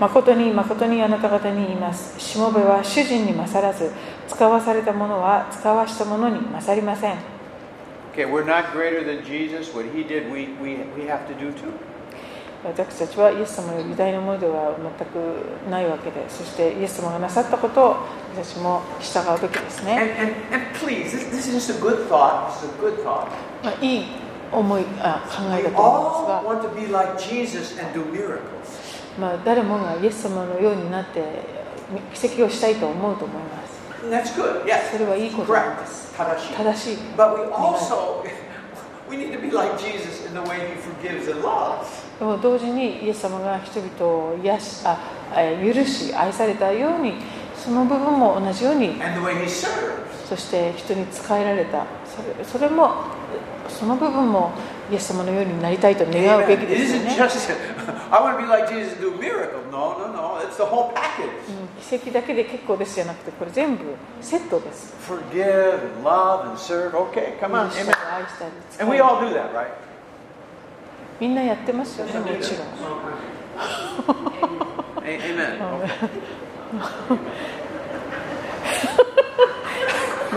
誠に誠にあなた方に言います。しもべは主人に勝らず、使わされたものは使わしたものに勝りません。 Okay, we're not greater than Jesus. What he did, we, we, we have to do too. 私たちはイエス様の偉大なものでは全くないわけで、そしてイエス様がなさったことを私たちも従うべきですね。 And, and, and please, this, this is just a good thought. This is a good thought. まあ、いい思いあ考 We えだと思 all いま want to be like Jesus and do miracles. すが、まあ、誰もがイエス様のようになって奇跡をしたいと思うと思います。 And that's good. Yes. それはいいことなん Correct. です。正しい。正しい。 But we also we need to be like Jesus in the way he forgives and loves. でも同時にイエス様が人々を癒しあえー許し愛されたようにその部分も同じように And the way he serves. そして人に仕えられたそれそれもその部分もイエス様のようになりたいと願うべき Amen. It ですよ isn't ね just I want to be like Jesus and do miracles. No, no, no. It's the whole package. うん奇跡だけで結構ですじゃなくてこれ全部セットです Forgive, and love, and serve. Okay, come 愛 on. Amen. したり愛したり And we 使え all do that, right? みんなやってますよねもちろん A- Amen.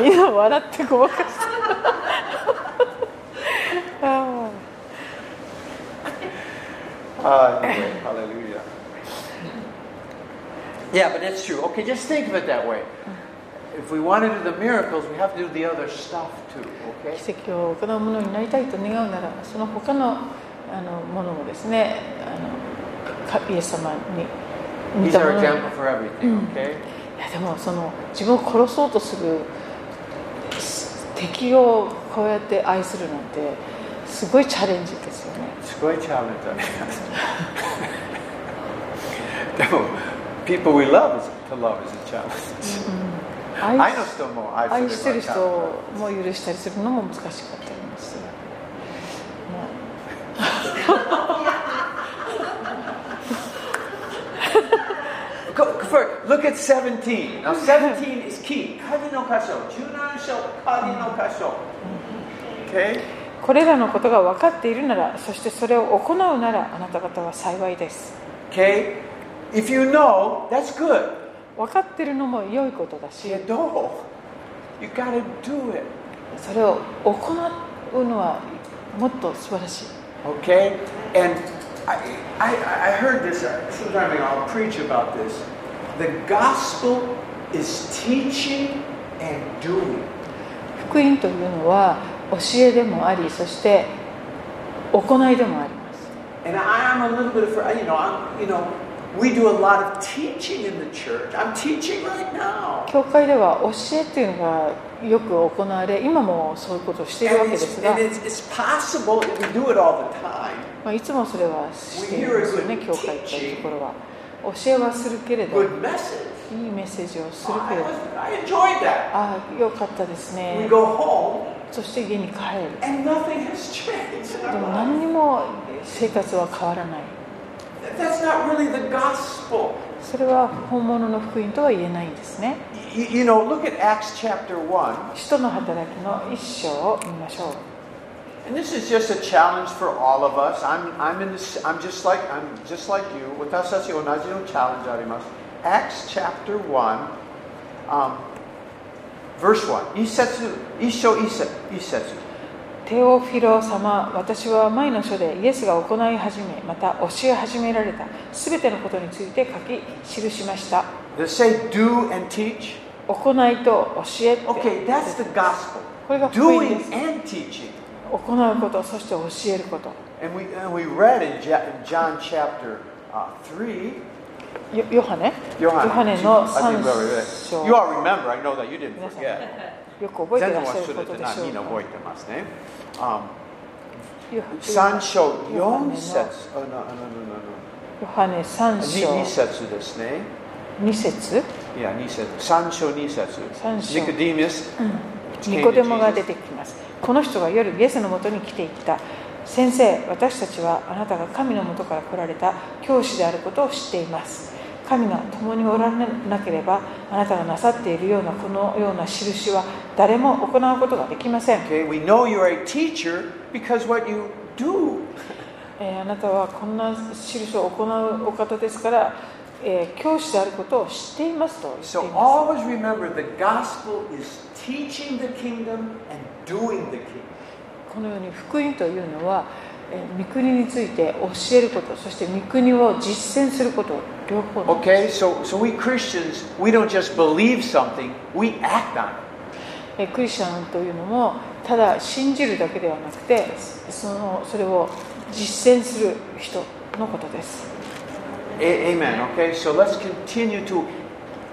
みんな笑ってごまかしてあ Uh, anyway, hallelujah. Yeah, but it's true. Okay, just think of it that way. If we want to do the miracles, we have to do the other stuff too. あ Okay. 奇跡を行うものになりたいと願うならその他のあのものもですねあのかイエス様に似 He's たも our のにいや example for everything. Okay. でもその自分を殺そうとするす敵をこうやって愛するなんてすごいチャレンジですよね It's quite challenging. No, people we love is, to love is a challenge. 愛 I し know still more. 愛してる I've 人も許したりするのも難しかったりもする、まあ Go, first, look at 17. Now, 17 is key. カーディナル箇所。柔軟書、カーディナル箇所。Okay? これらのことが分かっているならそしてそれを行うならあなた方は幸いです Okay? If you know, that's good. 分かってるのも良いことだし You know. You gotta do it. それを行うのはもっと素晴らしい Okay? And I, I, I heard this, uh, sometime ago, I'll preach about this. The gospel is teaching and doing. 福音というのは教えでもありそして行いでもあります And I, I'm a little bit afraid, you know, I'm, you know, we do a lot of teaching in the church. I'm teaching right now. 教会では教えっていうのがよく行われ今もそういうことをしているわけ And で it's, すが and、it's, it's possible that we do it all the time. まあ、いつもそれはしているんですよね We hear a 教 good 会というところは教えはするけれどいい Good message. メッセージをす Oh, るけ I, れど was, I enjoyed that. ああよかったです We ね go home そして家に帰る and nothing has changed in で our も lives. 何にも生活は変わらない That's not really the gospel. それは本物の福音とは言えないんですね You, you know, look at Acts chapter 1. 使徒の働きの一章を見ましょう And this is just a challenge for all of us. I'm, I'm, in this, I'm just like I'm just like you. 私たち同じのチャレンジあります。Acts chapter 1, um, verse 1. 一節、一章一節、一節。テオフィロ様私は前の書でイエスが行い始めまた教え始められたすべてのことについて書き記しました They say do and teach. 行いと教えって Okay, that's the gospel. これが福音 Doing です and teaching. 行うことそして教えること And we, and we read in, Ja- in John chapter uh, 3. よヨハネヨ Johanna, ハネ Jesus, の I think we 3 already 章 read. You all remember, I know that you didn't forget. よく覚えてらっしゃることでしょうか Um, ヨハ3章4ヨ節あなあななななハネ3に章2節ですね。 2節いや、2節。3章2節。三章ニコディミス。ニコデモが出てきます。この人が夜イエスのもとに来ていった。先生、私たちはあなたが神のもとから来られた教師であることを知っています。神が共におられなければ、あなたがなさっているようなこのような印は誰も行うことができません。 Okay, we know you're a teacher because what you do. えーあなたはこんな印を行うお方ですから、えー教師であることを知っていますと言ってい So ます。 always remember the gospel is teaching the kingdom and doing the kingdom. このように福音というのは、えー御国について教えることそして御国を実践すること両方なんです Okay, so, so we Christians, we don't just believe something, we act on it. えークリスチャンというのもただ信じるだけではなくてそのそれを実践する人のことです A- amen. Okay, so let's continue to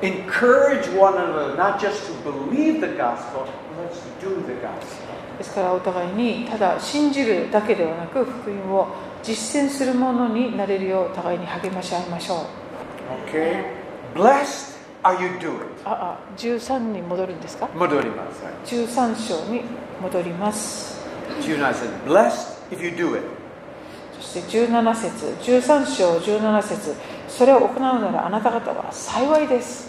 encourage one another, not just to believe the gospel, but let's do the gospel. ですからお互いにただ信じるだけではなく福音を実践するものになれるようお互いに励まし合いましょう Okay? Blessed are you doing. ああ13に戻るんですか戻ります。 13章に戻ります Juno said, Blessed if you do it. そして17節13章17節それを行うならあなた方は幸いです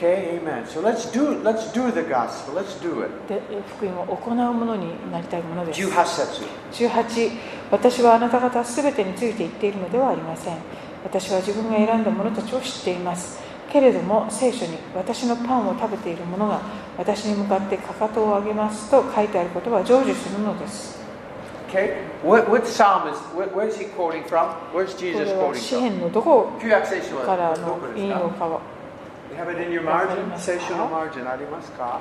Okay, amen. So let's do let's do the gospel. Let's do it. で福音を行うものになりたいものです18節。 18私はあなた方すべてについて言っているのではありません私は自分が選んだ者たちを知っていますけれども聖書に私のパンを食べている者が私に向かってかかとを上げますと書いてあることは成就するのです。 Okay? What, what psalm is, where, where is he quoting from? Where's こ Jesus れは quoting 詩 from? 篇のどこ旧約聖書はからの引用どこですかかは You have it in your margin? わかりますか？聖書のマージンありますか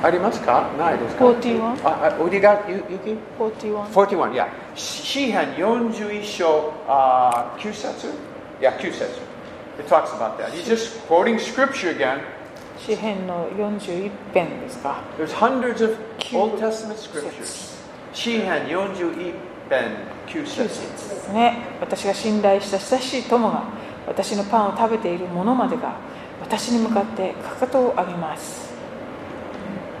ありますかないですか 41? Uh, あ、あ、おりが、ゆ、ゆき41 41, yeah. 詩篇41章、uh, Yeah, 9節 It talks about that. He's just quoting scripture again. 詩篇の41編ですか。 There's hundreds of 九節。 Old Testament scriptures. 詩篇41編9 9節節ですね私が信頼した親しい友が私のパンを食べている者までが私に向かってかかとを上げます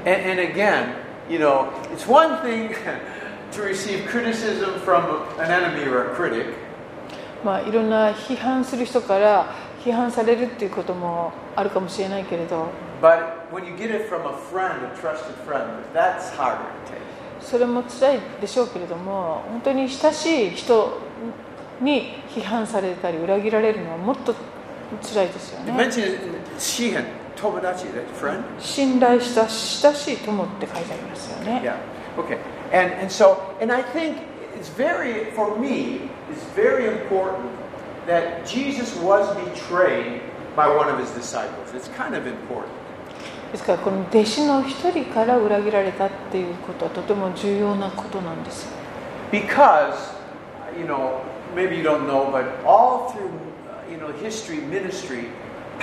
And, and again, you know, it's one thing to receive criticism from an enemy or a critic, まあいろんな批判する人から批判されるっていうこともあるかもしれないけれど but when you get it from a friend, a trusted friend, that's harder to take. それも辛いでしょうけれども本当に親しい人に批判されたり裏切られるのはもっと辛いですよ It ね mentions Sheehan, Tomodachi, that friend. 信頼した親しい友って書いてありますよね Yeah. Okay. And and so and I think it's very for me it's very important that Jesus was betrayed by one of his disciples. It's kind of important. ですからこの弟子の一人から裏切られたっていうことはとても重要なことなんですよ because you know maybe you don't know but all through uh, you know history ministry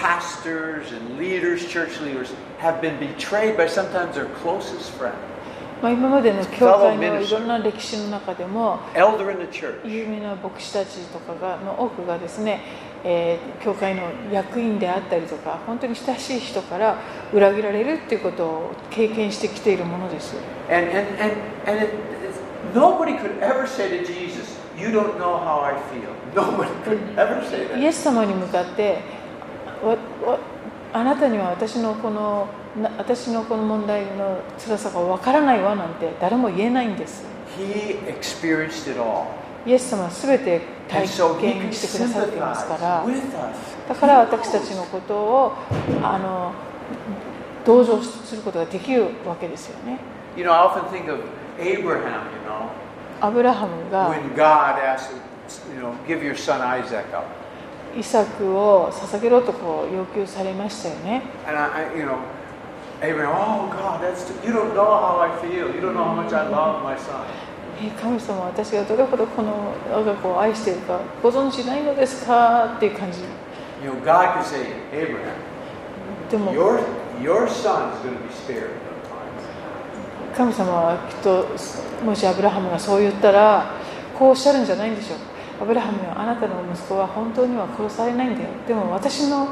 pastors and leaders church leaders have been betrayed by sometimes their closest friend まあ、今までの教 Fellow 会の minister. いろんな歴史の中でも elder in the church 有名な牧師たちとかがの多くがですね、えー教会の役員であったりとか本当に親しい人から裏切られるっていうことを経験してきているものです and and and, and it, it's, nobody could ever say to jesus you don't know how i feel nobody could ever say イエ that ス様に向かってわわあなたには私のこのな私のこの問題の辛さがわからないわなんて誰も言えないんです he experienced it all イエス様は全て and 体 so he 験 can してくださっていますから sympathize with us だから私たちのことをあの同情することができるわけですよね you know i often think of abraham you know アブラハムが when God asked, you know, give your son Isaac up. イサクを捧げろとこう要求されましたよね And I, I you know, Abraham, oh God, that's you don't know how I feel. You don't know how much I love my son. え神様私がどれほどこの我が子を愛しているかご存知ないのですかっていう感じ You know, God can say, Abraham, でも your your son is going to be spared. from mine." 神様はきっともしアブラハムがそう言ったらこうおっしゃるんじゃないんでしょうアブラハムよあなたの息子は本当には殺されないんだよでも私の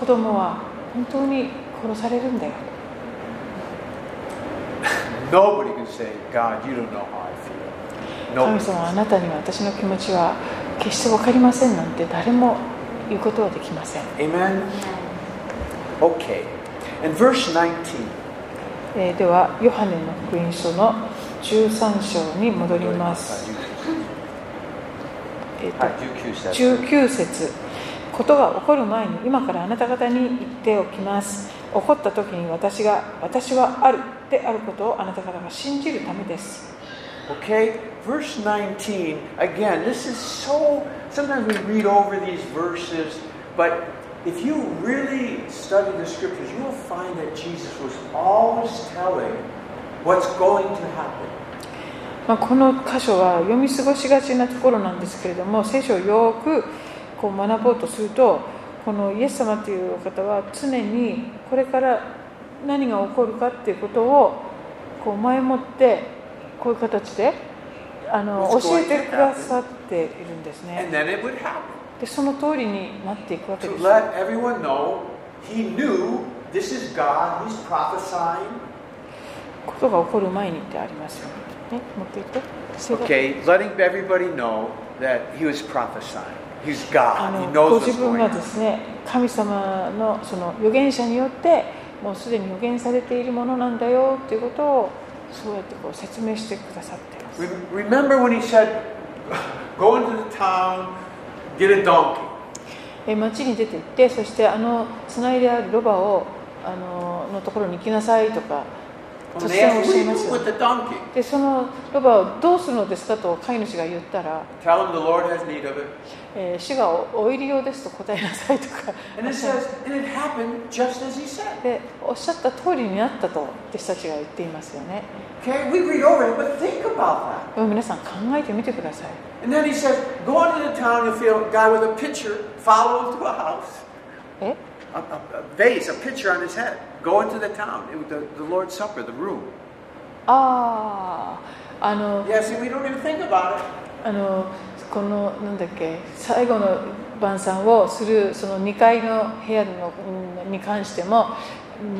子供は本当に殺されるんだよ Nobody can say, God, you don't know how I feel. 神 Nobody. 様はあなたには私の気持ちは決して分かりませんなんて誰も言うことはできません、 Amen. Okay. And verse 19. えーではヨハネの福音書の13章に戻ります、えーと19節ことが起こる前に今からあなた方に言っておきます起こった時に私が私はあるであることをあなた方が信じるためです Okay, verse 19. Again, this is so. Sometimes we read over these verses, but if you really study the scriptures, you will find that Jesus was always telling what's going to happen. まあ、この箇所は読み過ごしがちなところなんですけれども聖書をよくこう学ぼうとするとこのイエス様というお方は常にこれから何が起こるかっていうことをこう前もってこういう形であの What's 教 going え to てくださっているんですね And。then it would happen. でその通りになっていくわけ To です。 let everyone know he knew this is God, he's prophesying. ことが起こる前にってありますよね。ね持っていって。それが Okay, letting everybody know that he was prophesying. He's あ God, he の knows ご what's 自 going 分が on. ですね神様のその預言者によってもうすでに預言されているものなんだよということをそうやってこう説明してくださっています。 Re- Remember when he said, Go into the town, get a donkey. え町に出て行ってそしてあのつないであるロバをあののところに行きなさいとか And 突 they 然 asked, 教 What do you えます do よ with the donkey? でそのロバをどうするのですかと飼い主が言ったら、 Tell him the Lord has need of it. えー主がおお入り用ですと答えなさいとか And it says, and it happened just as he said. でおっしゃった通りになったと弟子たちが言っていますよね Okay, we read over it, but think about でも皆さん考えてみてください that. And then he says, go into the town, you'll feel a guy with a pitcher, follow him to a house. え A, a, a vase, a pitcher on his head. Go into the town, it, was the, the Lord's Supper, the room. あああの Yeah, see, we don't even think about it. あのこのなんだっけ最後の晩餐をするその2階の部屋のうんに関しても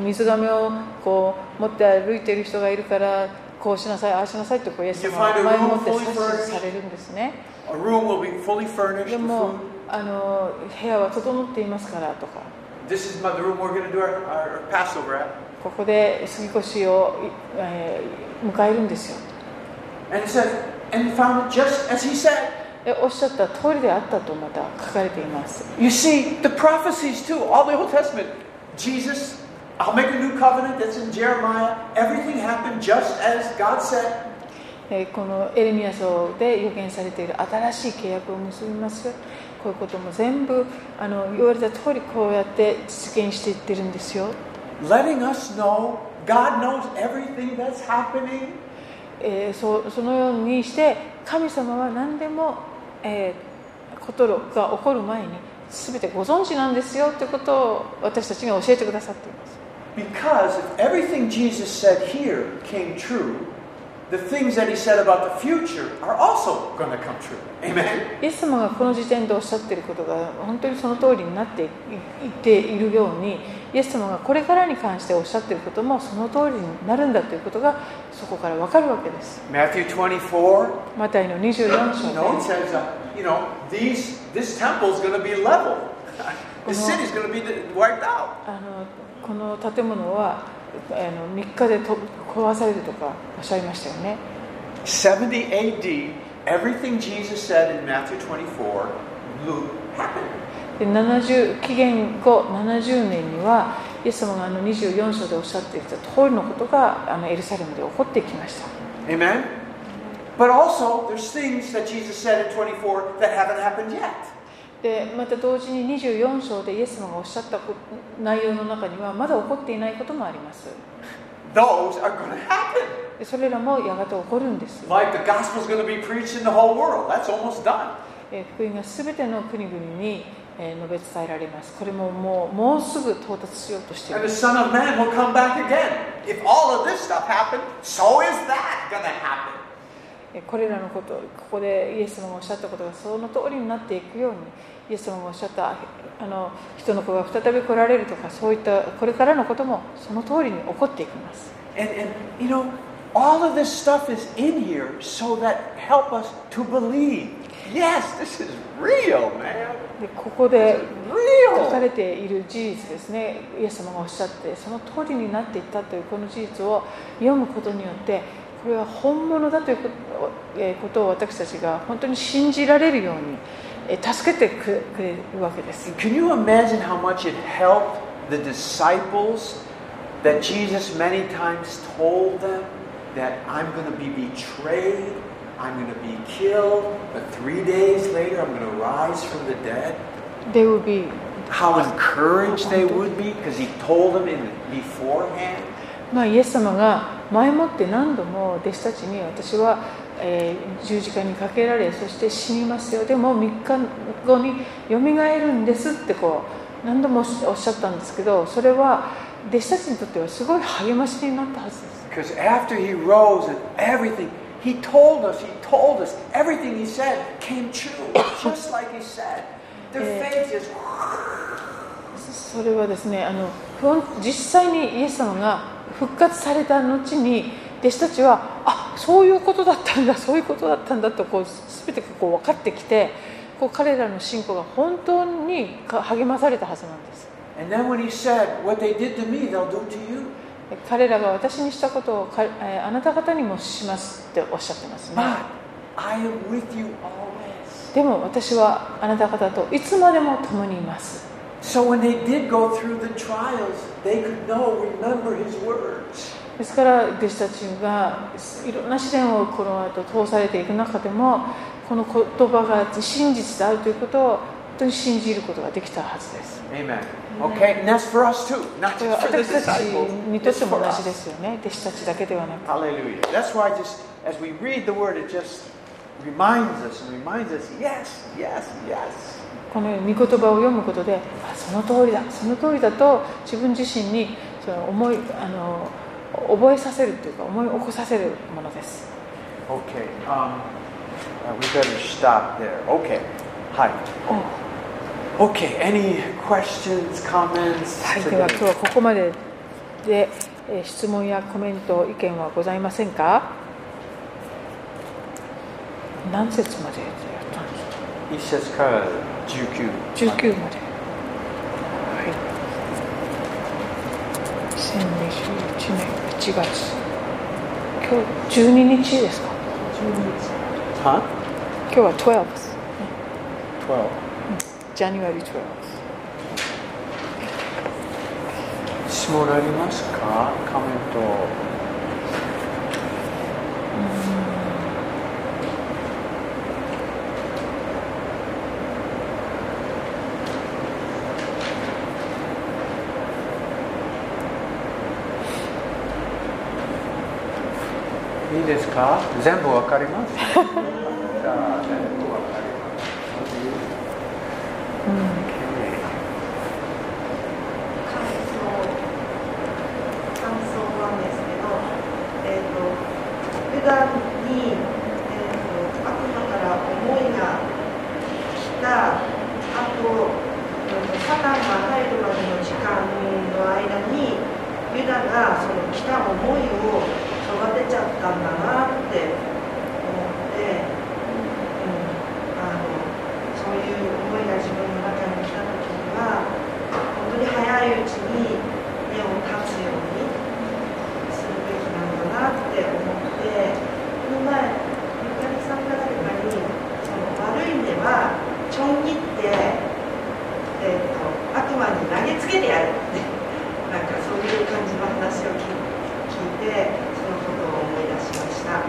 水がめをこう持って歩いている人がいるからこうしなさいああしなさいってこうイエス様の前もって指示されるんですね A room will be fully furnished. で with も food. あの部屋は整っていますからとか This is my, the room we're going to do our, our Passover at. ここで杉越を、いえー迎えるんですよ And it says, and he found it just as he said. でおっしゃった通りであったとまた書かれています You see, the prophecies too, all the Old Testament. Jesus, I'll make a new covenant that's in Jeremiah. Everything happened just as God said. えーこのエレミア書で予言されている新しい契約を結びますこういうことも全部あの言われた通りこうやって実現していってるんですよ、 Letting us know God knows everything that's happening. えーそうそのようにして神様は何でも、えーことが起こる前に全てご存知なんですよということを私たちが教えてくださっています Because if everything Jesus said here came true, the things that he said about the future are also going to come true. Amen. イエス様がこの時点でおっしゃっていることが本当にその通りになっていいっているようにイエス様がこれからに関しておっしゃっていることもその通りになるんだということがそこからわかるわけです。 Matthew 24, マタイの24 you 章 know, で it says, uh, you know, these, this temple is going to be leveled. This city is going to be wiped out. あのこの建物はあの3日でと壊されるとかおっしゃいましたよね。 70 AD, everything Jesus said in Matthew 24, Luke happened. で70紀元後70年にはイエス様があの24章でおっしゃっていた通りのことがあのエルサレムで起こってきました。 Amen. But also, there's things that Jesus said in 24 that haven't happened yet. でまた同時に24章でイエス様がおっしゃったこ内容の中にはまだ起こっていないこともあります Those are going to happen. でそれらもやがて起こるんです Like the gospel's going to be preached in the whole world. That's almost done. えー福音が全ての国々にえー述べ伝えられますこれももうもうすぐ到達しようとしてい And る the Son of Man will come back again. If all of this stuff happened, so is that going to happen. えーこれらのことここでイエス様がおっしゃったことがその通りになっていくようにイエス様がおっしゃったああの人の子が再び来られるとかそういったこれからのこともその通りに起こっていきます And, and you know, all of this stuff is in here so that help us to believe. Yes, this is real, man. でここで Real. 書かれている事実ですね、イエス様がおっしゃって、その通りになっていったというこの事実を読むことによって、これは本物だということえーことを私たちが本当に信じられるようにえー助けてくくれるわけです。 Can you imagine how much it helped the disciples that Jesus many times told them that I'm going to be betrayed, I'm going to be killed, but three days later I'm going to rise from the dead? They will be How encouraged they would be because he told them in beforehand. まあ、イエス様が前もって何度も弟子たちに私は、えー十字架にかけられそして死にますよでも3日後によみがえるんですってこう何度もおっしおっしゃったんですけどそれは弟子たちにとってはすごい励ましになったはずです Because after he rose and everything, he told us, he told us, everything he said came true, just like he said. Their Yeah. faith is それはですねあの不安実際にイエス様が復活された後に弟子たちはあそういうことだったんだそういうことだったんだとこう全てがこう分かってきてこう彼らの信仰が本当にか励まされたはずなんです And then when he said, What they did to me, they'll do to you. 彼らが私にしたことをか、えーあなた方にもしますっておっしゃってますね But I am with you always. でも私はあなた方といつまでも共にいます。 So when they did go through the trials, they could know, remember his words. ですから弟子たちがいろんな試練をこの後通されていく中でもこの言葉が真実であるということを本当に信じることができたはずです。 Amen. Okay, and that's for us too, not これ just for the は私たち disciples. にとっ It's ても for 同じで us. すよね。弟子たちだけではなく。 Hallelujah. That's why just as we read the word, it just reminds us and reminds us, yes, yes, yes. この御言葉を読むことであその通りだその通りだと自分自身にその思いあの覚えさせるというか思い起こさせるものです Okay, um, uh, we better stop there. Okay, hi. はい Okay, any questions, comments? で today? は今日はここまででえー質問やコメント意見はございませんか何節までやったんですか He says, "Kara, Juku." 19まではい2021年1月今日12日ですか Huh? 今日は12 Twelve. January 12th. Just more on us, Ka, comment or- It is Ka. Zenbu wakarimasu. Yeah, zenbu wakarimasu. Okay. 感想感想なんですけど、えー、と普段に、えー、と悪魔から思いが来たあとえーとサタンが入るまでの時間の間にユダがその来た思いを育てちゃったんだなって思って。うんあのそういう思いが自分の中に来た時には本当に早いうちに根を断つようにするべきなんだなって思ってこの前ゆかりさんか誰かにその悪い根はちょん切って、えー、と悪魔に投げつけてやるってなんかそういう感じの話を聞聞いてそのことを思い出しました。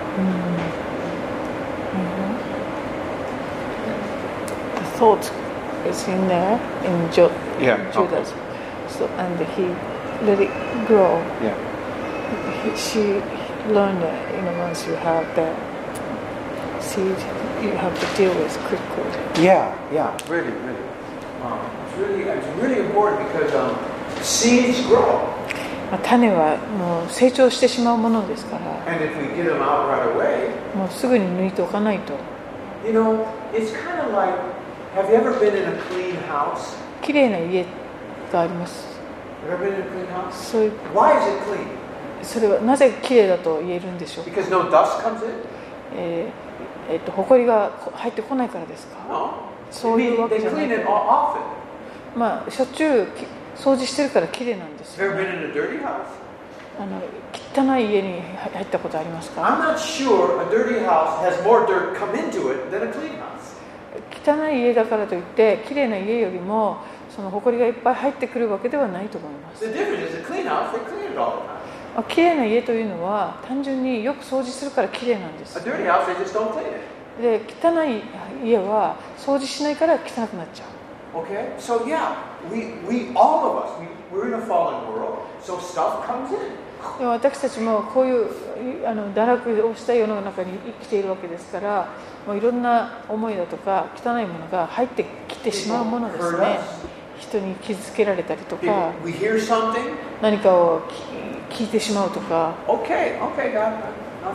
The thought is in there in Ju- Yeah, Judas. So, and he let it grow. Yeah. He, she learned that you know, once you have that seed, you have to deal with quickly. Yeah, yeah, really, really. Um, it's really, it's really important because um, seeds grow, まあ種はもう成長してしまうものですから、 and if we get them out right away, もうすぐに抜いておかないと。 you know, it's kind of like, have you ever been in a clean house? 綺麗な家があります。 Have you ever been in a clean house? そういう Why is it clean? それはなぜ綺麗だと言えるんでしょうか、 Because no dust comes in. えーえーと埃がこ入ってこないからですか、 No. I そういう mean, わけ they じゃない clean it o- often. まあしょっちゅうき掃除してるから綺麗なんです Have you よ ever been in a dirty house? あの汚い家に入入ったことありますか I'm not sure a dirty house has more dirt come into it than a clean house. 汚い家だからといって綺麗な家よりもその埃がいっぱい入ってくるわけではないと思います The difference is a clean house, they clean it all the time. まあ綺麗な家というのは単純によく掃除するから綺麗なんです A dirty house, they just don't clean it. で汚い家は掃除しないから汚くなっちゃう Okay, so yeah, we, we all of us, we, we're in a fallen world, so stuff comes in. でも私たちもこういうあの堕落をした世の中に生きているわけですからもういろんな思いだとか汚いものが入ってきてしまうものですね人に傷つけられたりと People- か we hear something, 何かをき聞いてしまうとか okay, okay, God,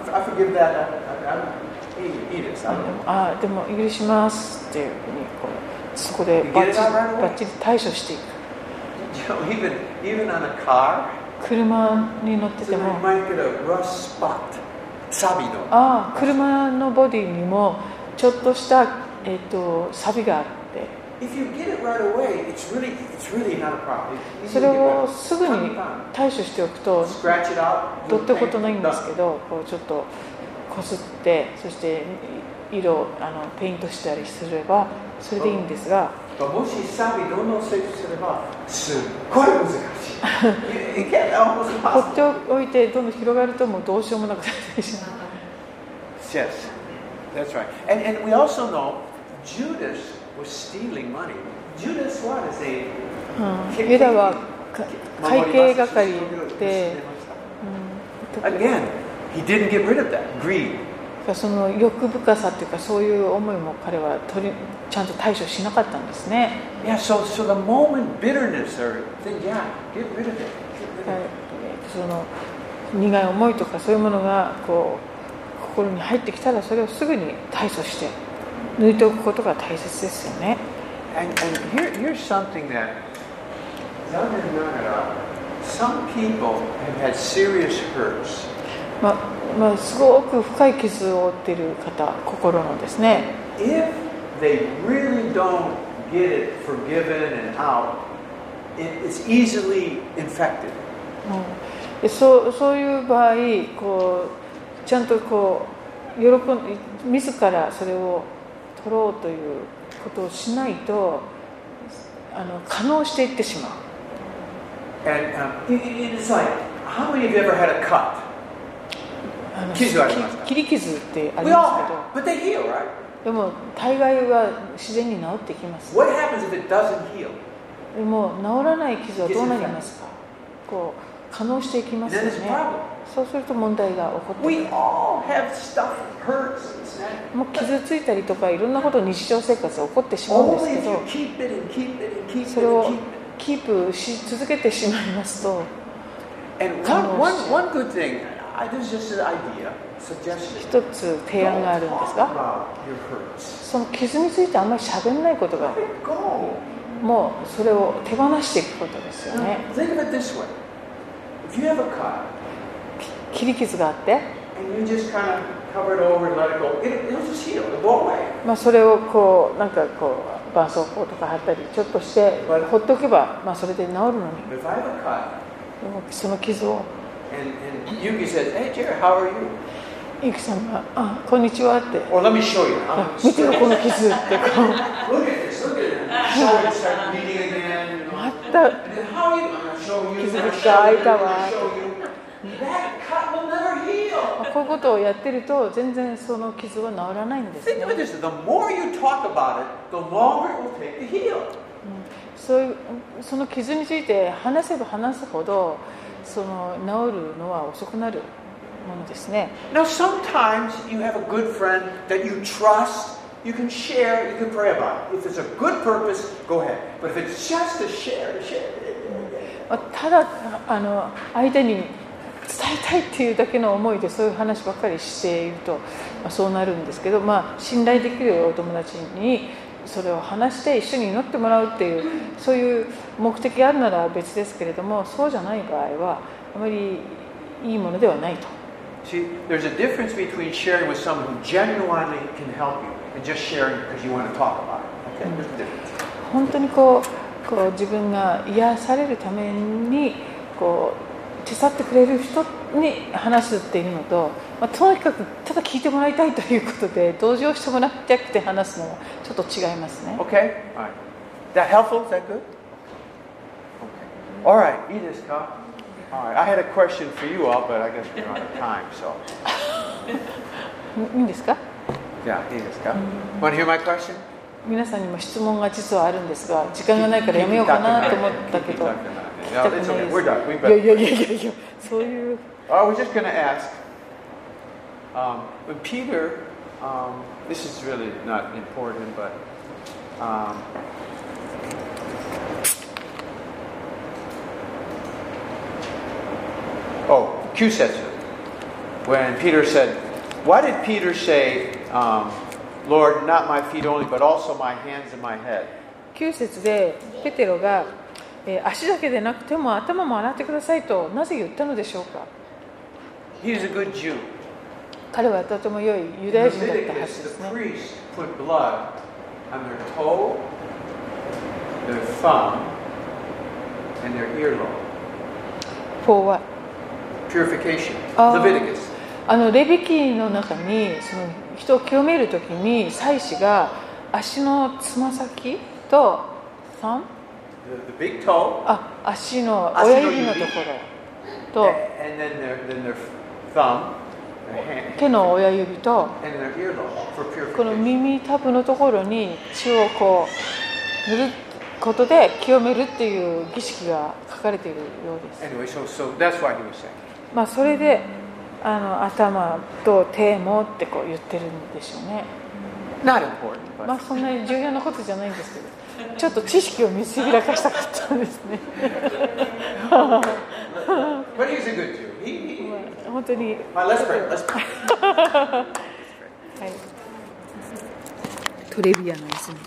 I, I forgive that. I, I, I, eat, eat it. あ I の don't know. あでも許しますっていうふうにこうそこでバッチ You get it リ out right away. バッチリ対処していく Mm-hmm. You know, even, even on a car, 車に乗ってて you も might get a rust spot. Sabino. ああ車のボディにもちょっとした、えっと錆があって If you get it right away, it's really, it's really not a problem. It's そ easy れ to get rid をすぐに of. 対処しておくと Scratch it out. ど you'll うってこと paint ないん it ですけ done. どこうちょっとこすってそして色をあのペイントしたりすればそれでいいんですがもしサビどんどん成長すればすっごい難しい。You- you can't almost 放っ possible. ておいてどんどん広がるともうどうしようもなくなってしまう Yes, that's right. And, and we also know Judas was stealing money. Judas what is a うんユダはか会計係で、うん、特に Again, he didn't get rid of that greed. その欲深さというかそういう思いも彼は取りちゃんと対処しなかったんですね、 Yeah, so so the moment bitterness or then yeah, get rid of it. Get rid of だから it. えーその苦い思いとかそういうものがこう心に入ってきたらそれをすぐに対処して抜いておくことが大切ですよね And, and here, here's something that, Some people have had serious hurts. ままあすごく深い傷を負っている方心のですね If they really don't get it forgiven and out, it, it's easily infected. うん、でそうそういう場合こうちゃんとこう喜ん自らそれを取ろうということをしないとあの可能していってしまう And um, it, it- it's like, how many of you ever had a cut? あの傷ありますか切り傷ってあり We all ますけ have, but they heal, right? どでも大概は自然に治ってきます What happens if it doesn't heal? でも治らない傷はどうなりますかこう可能していきますよ Then ね it's a problem. そうすると問題が起こってく We る all have stuff hurts. and stuff. もう傷ついたりとかいろんなこと日常生活は起こってしまうんで Only すけ if ど you keep it and keep it and keep it それを and keep it. キープし続けてしまいますと And one, one, one good thing, I, this is just an idea, suggestion. 一つ提案があるんですが about your hurts. その傷についてあんまり喋んないことが Let it go. もうそれを手放していくことですよ Now, ね think of it this way. If you have a cut 切り傷があって、 and you just kind of cover it over and let it go, it, it'll just heal. It'll go away. まあ、それをこうなんかこう絆創膏とか貼ったりちょっとしてほっとけば、まあ、それで治るのに But if I have a cut でもその傷を and, and Yuki says, hey, Jerry, how are you? ゆきさんが「あこんにちは」って or let me show you. あ I'm 「見てよこの傷」ってこう Look at this. Look at it. showing, start bleeding again. You know. また And then how are you? I'm going to show you. I'm going to show you. I'm gonna show you. That cut will never heal. まあこういうことをやってると全然その傷は治らないんです Think ね of it this way the more you talk about it, the longer it will take to heal. そういうその傷について話せば話すほどその治るのは遅くなるものですね Now, sometimes you have a good friend that you trust, you can share, you can pray about. it. If it's a good purpose, go ahead. But if it's just to share, to share, まあただあの相手に伝えたいっていうだけの思いでそういう話ばっかりしていると、まあ、そうなるんですけど、まあ、信頼できるお友達にそれを話して一緒に祈ってもらうっていうそういう目的があるなら別ですけれどもそうじゃない場合はあまりいいものではないと。 See, there's a difference between sharing with someone who genuinely can help you and just sharing because you want to talk about it. Okay, there's a difference. 本当にこうこう自分が癒されるためにこう手伝ってくれる人に話すっていうのと、まあ、とにかくただ聞いてもらいたいということで同情してもらいたくて話すのはちょっと違いますね Okay? All right. That helpful? Is that good? Okay. All right, eat this cup. All right, I had a question for you all, but I guess we're out of time, so. いいいんですか Yeah, eat this cup. Want to hear my question? 皆さんにも質問が実はあるんですが時間がないからやめようかなと思ったけど No, 聞き it's たくない okay. で We're done. We すいやい better. やいやいやいやそういう Oh, I was just going to ask. Um, when Peter, um, this is really not important, but um, oh, Kusetsu. When Peter said, "Why did Peter say, um, Lord, not my feet only, but also my hands and my head?" 9節でペテロが、えー足だけでなくても頭も洗ってくださいとなぜ言ったのでしょうか He was a good Jew. 彼はとても良いユダ In ヤ人だったはず Leviticus, the ですね priest put blood on their toe, their thumb, and their earlobe. 4は Purification. Oh. Leviticus. あのレビ記の中にその人を清める時に祭司が足のつま先と三 the, the big toe, あ足の足の親指指のところ a- と and then their, then their thumb, their hand, 手の親指と and their earlobe for この purification. 耳タブのところに血をこう塗ることで清めるっていう儀式が書かれているようです。 Anyway, so, so that's why he was saying. まあ、それであの頭と手もってこう言ってるんでしょうね。 Not important, ま but あそんなに重要なことじゃないんですけど、ちょっと知識を見せびらかしたかったんですね。 but he's a good Jew. He, he, 本当に、 All right, let's pray. Let's pray. はい、トレビアの泉。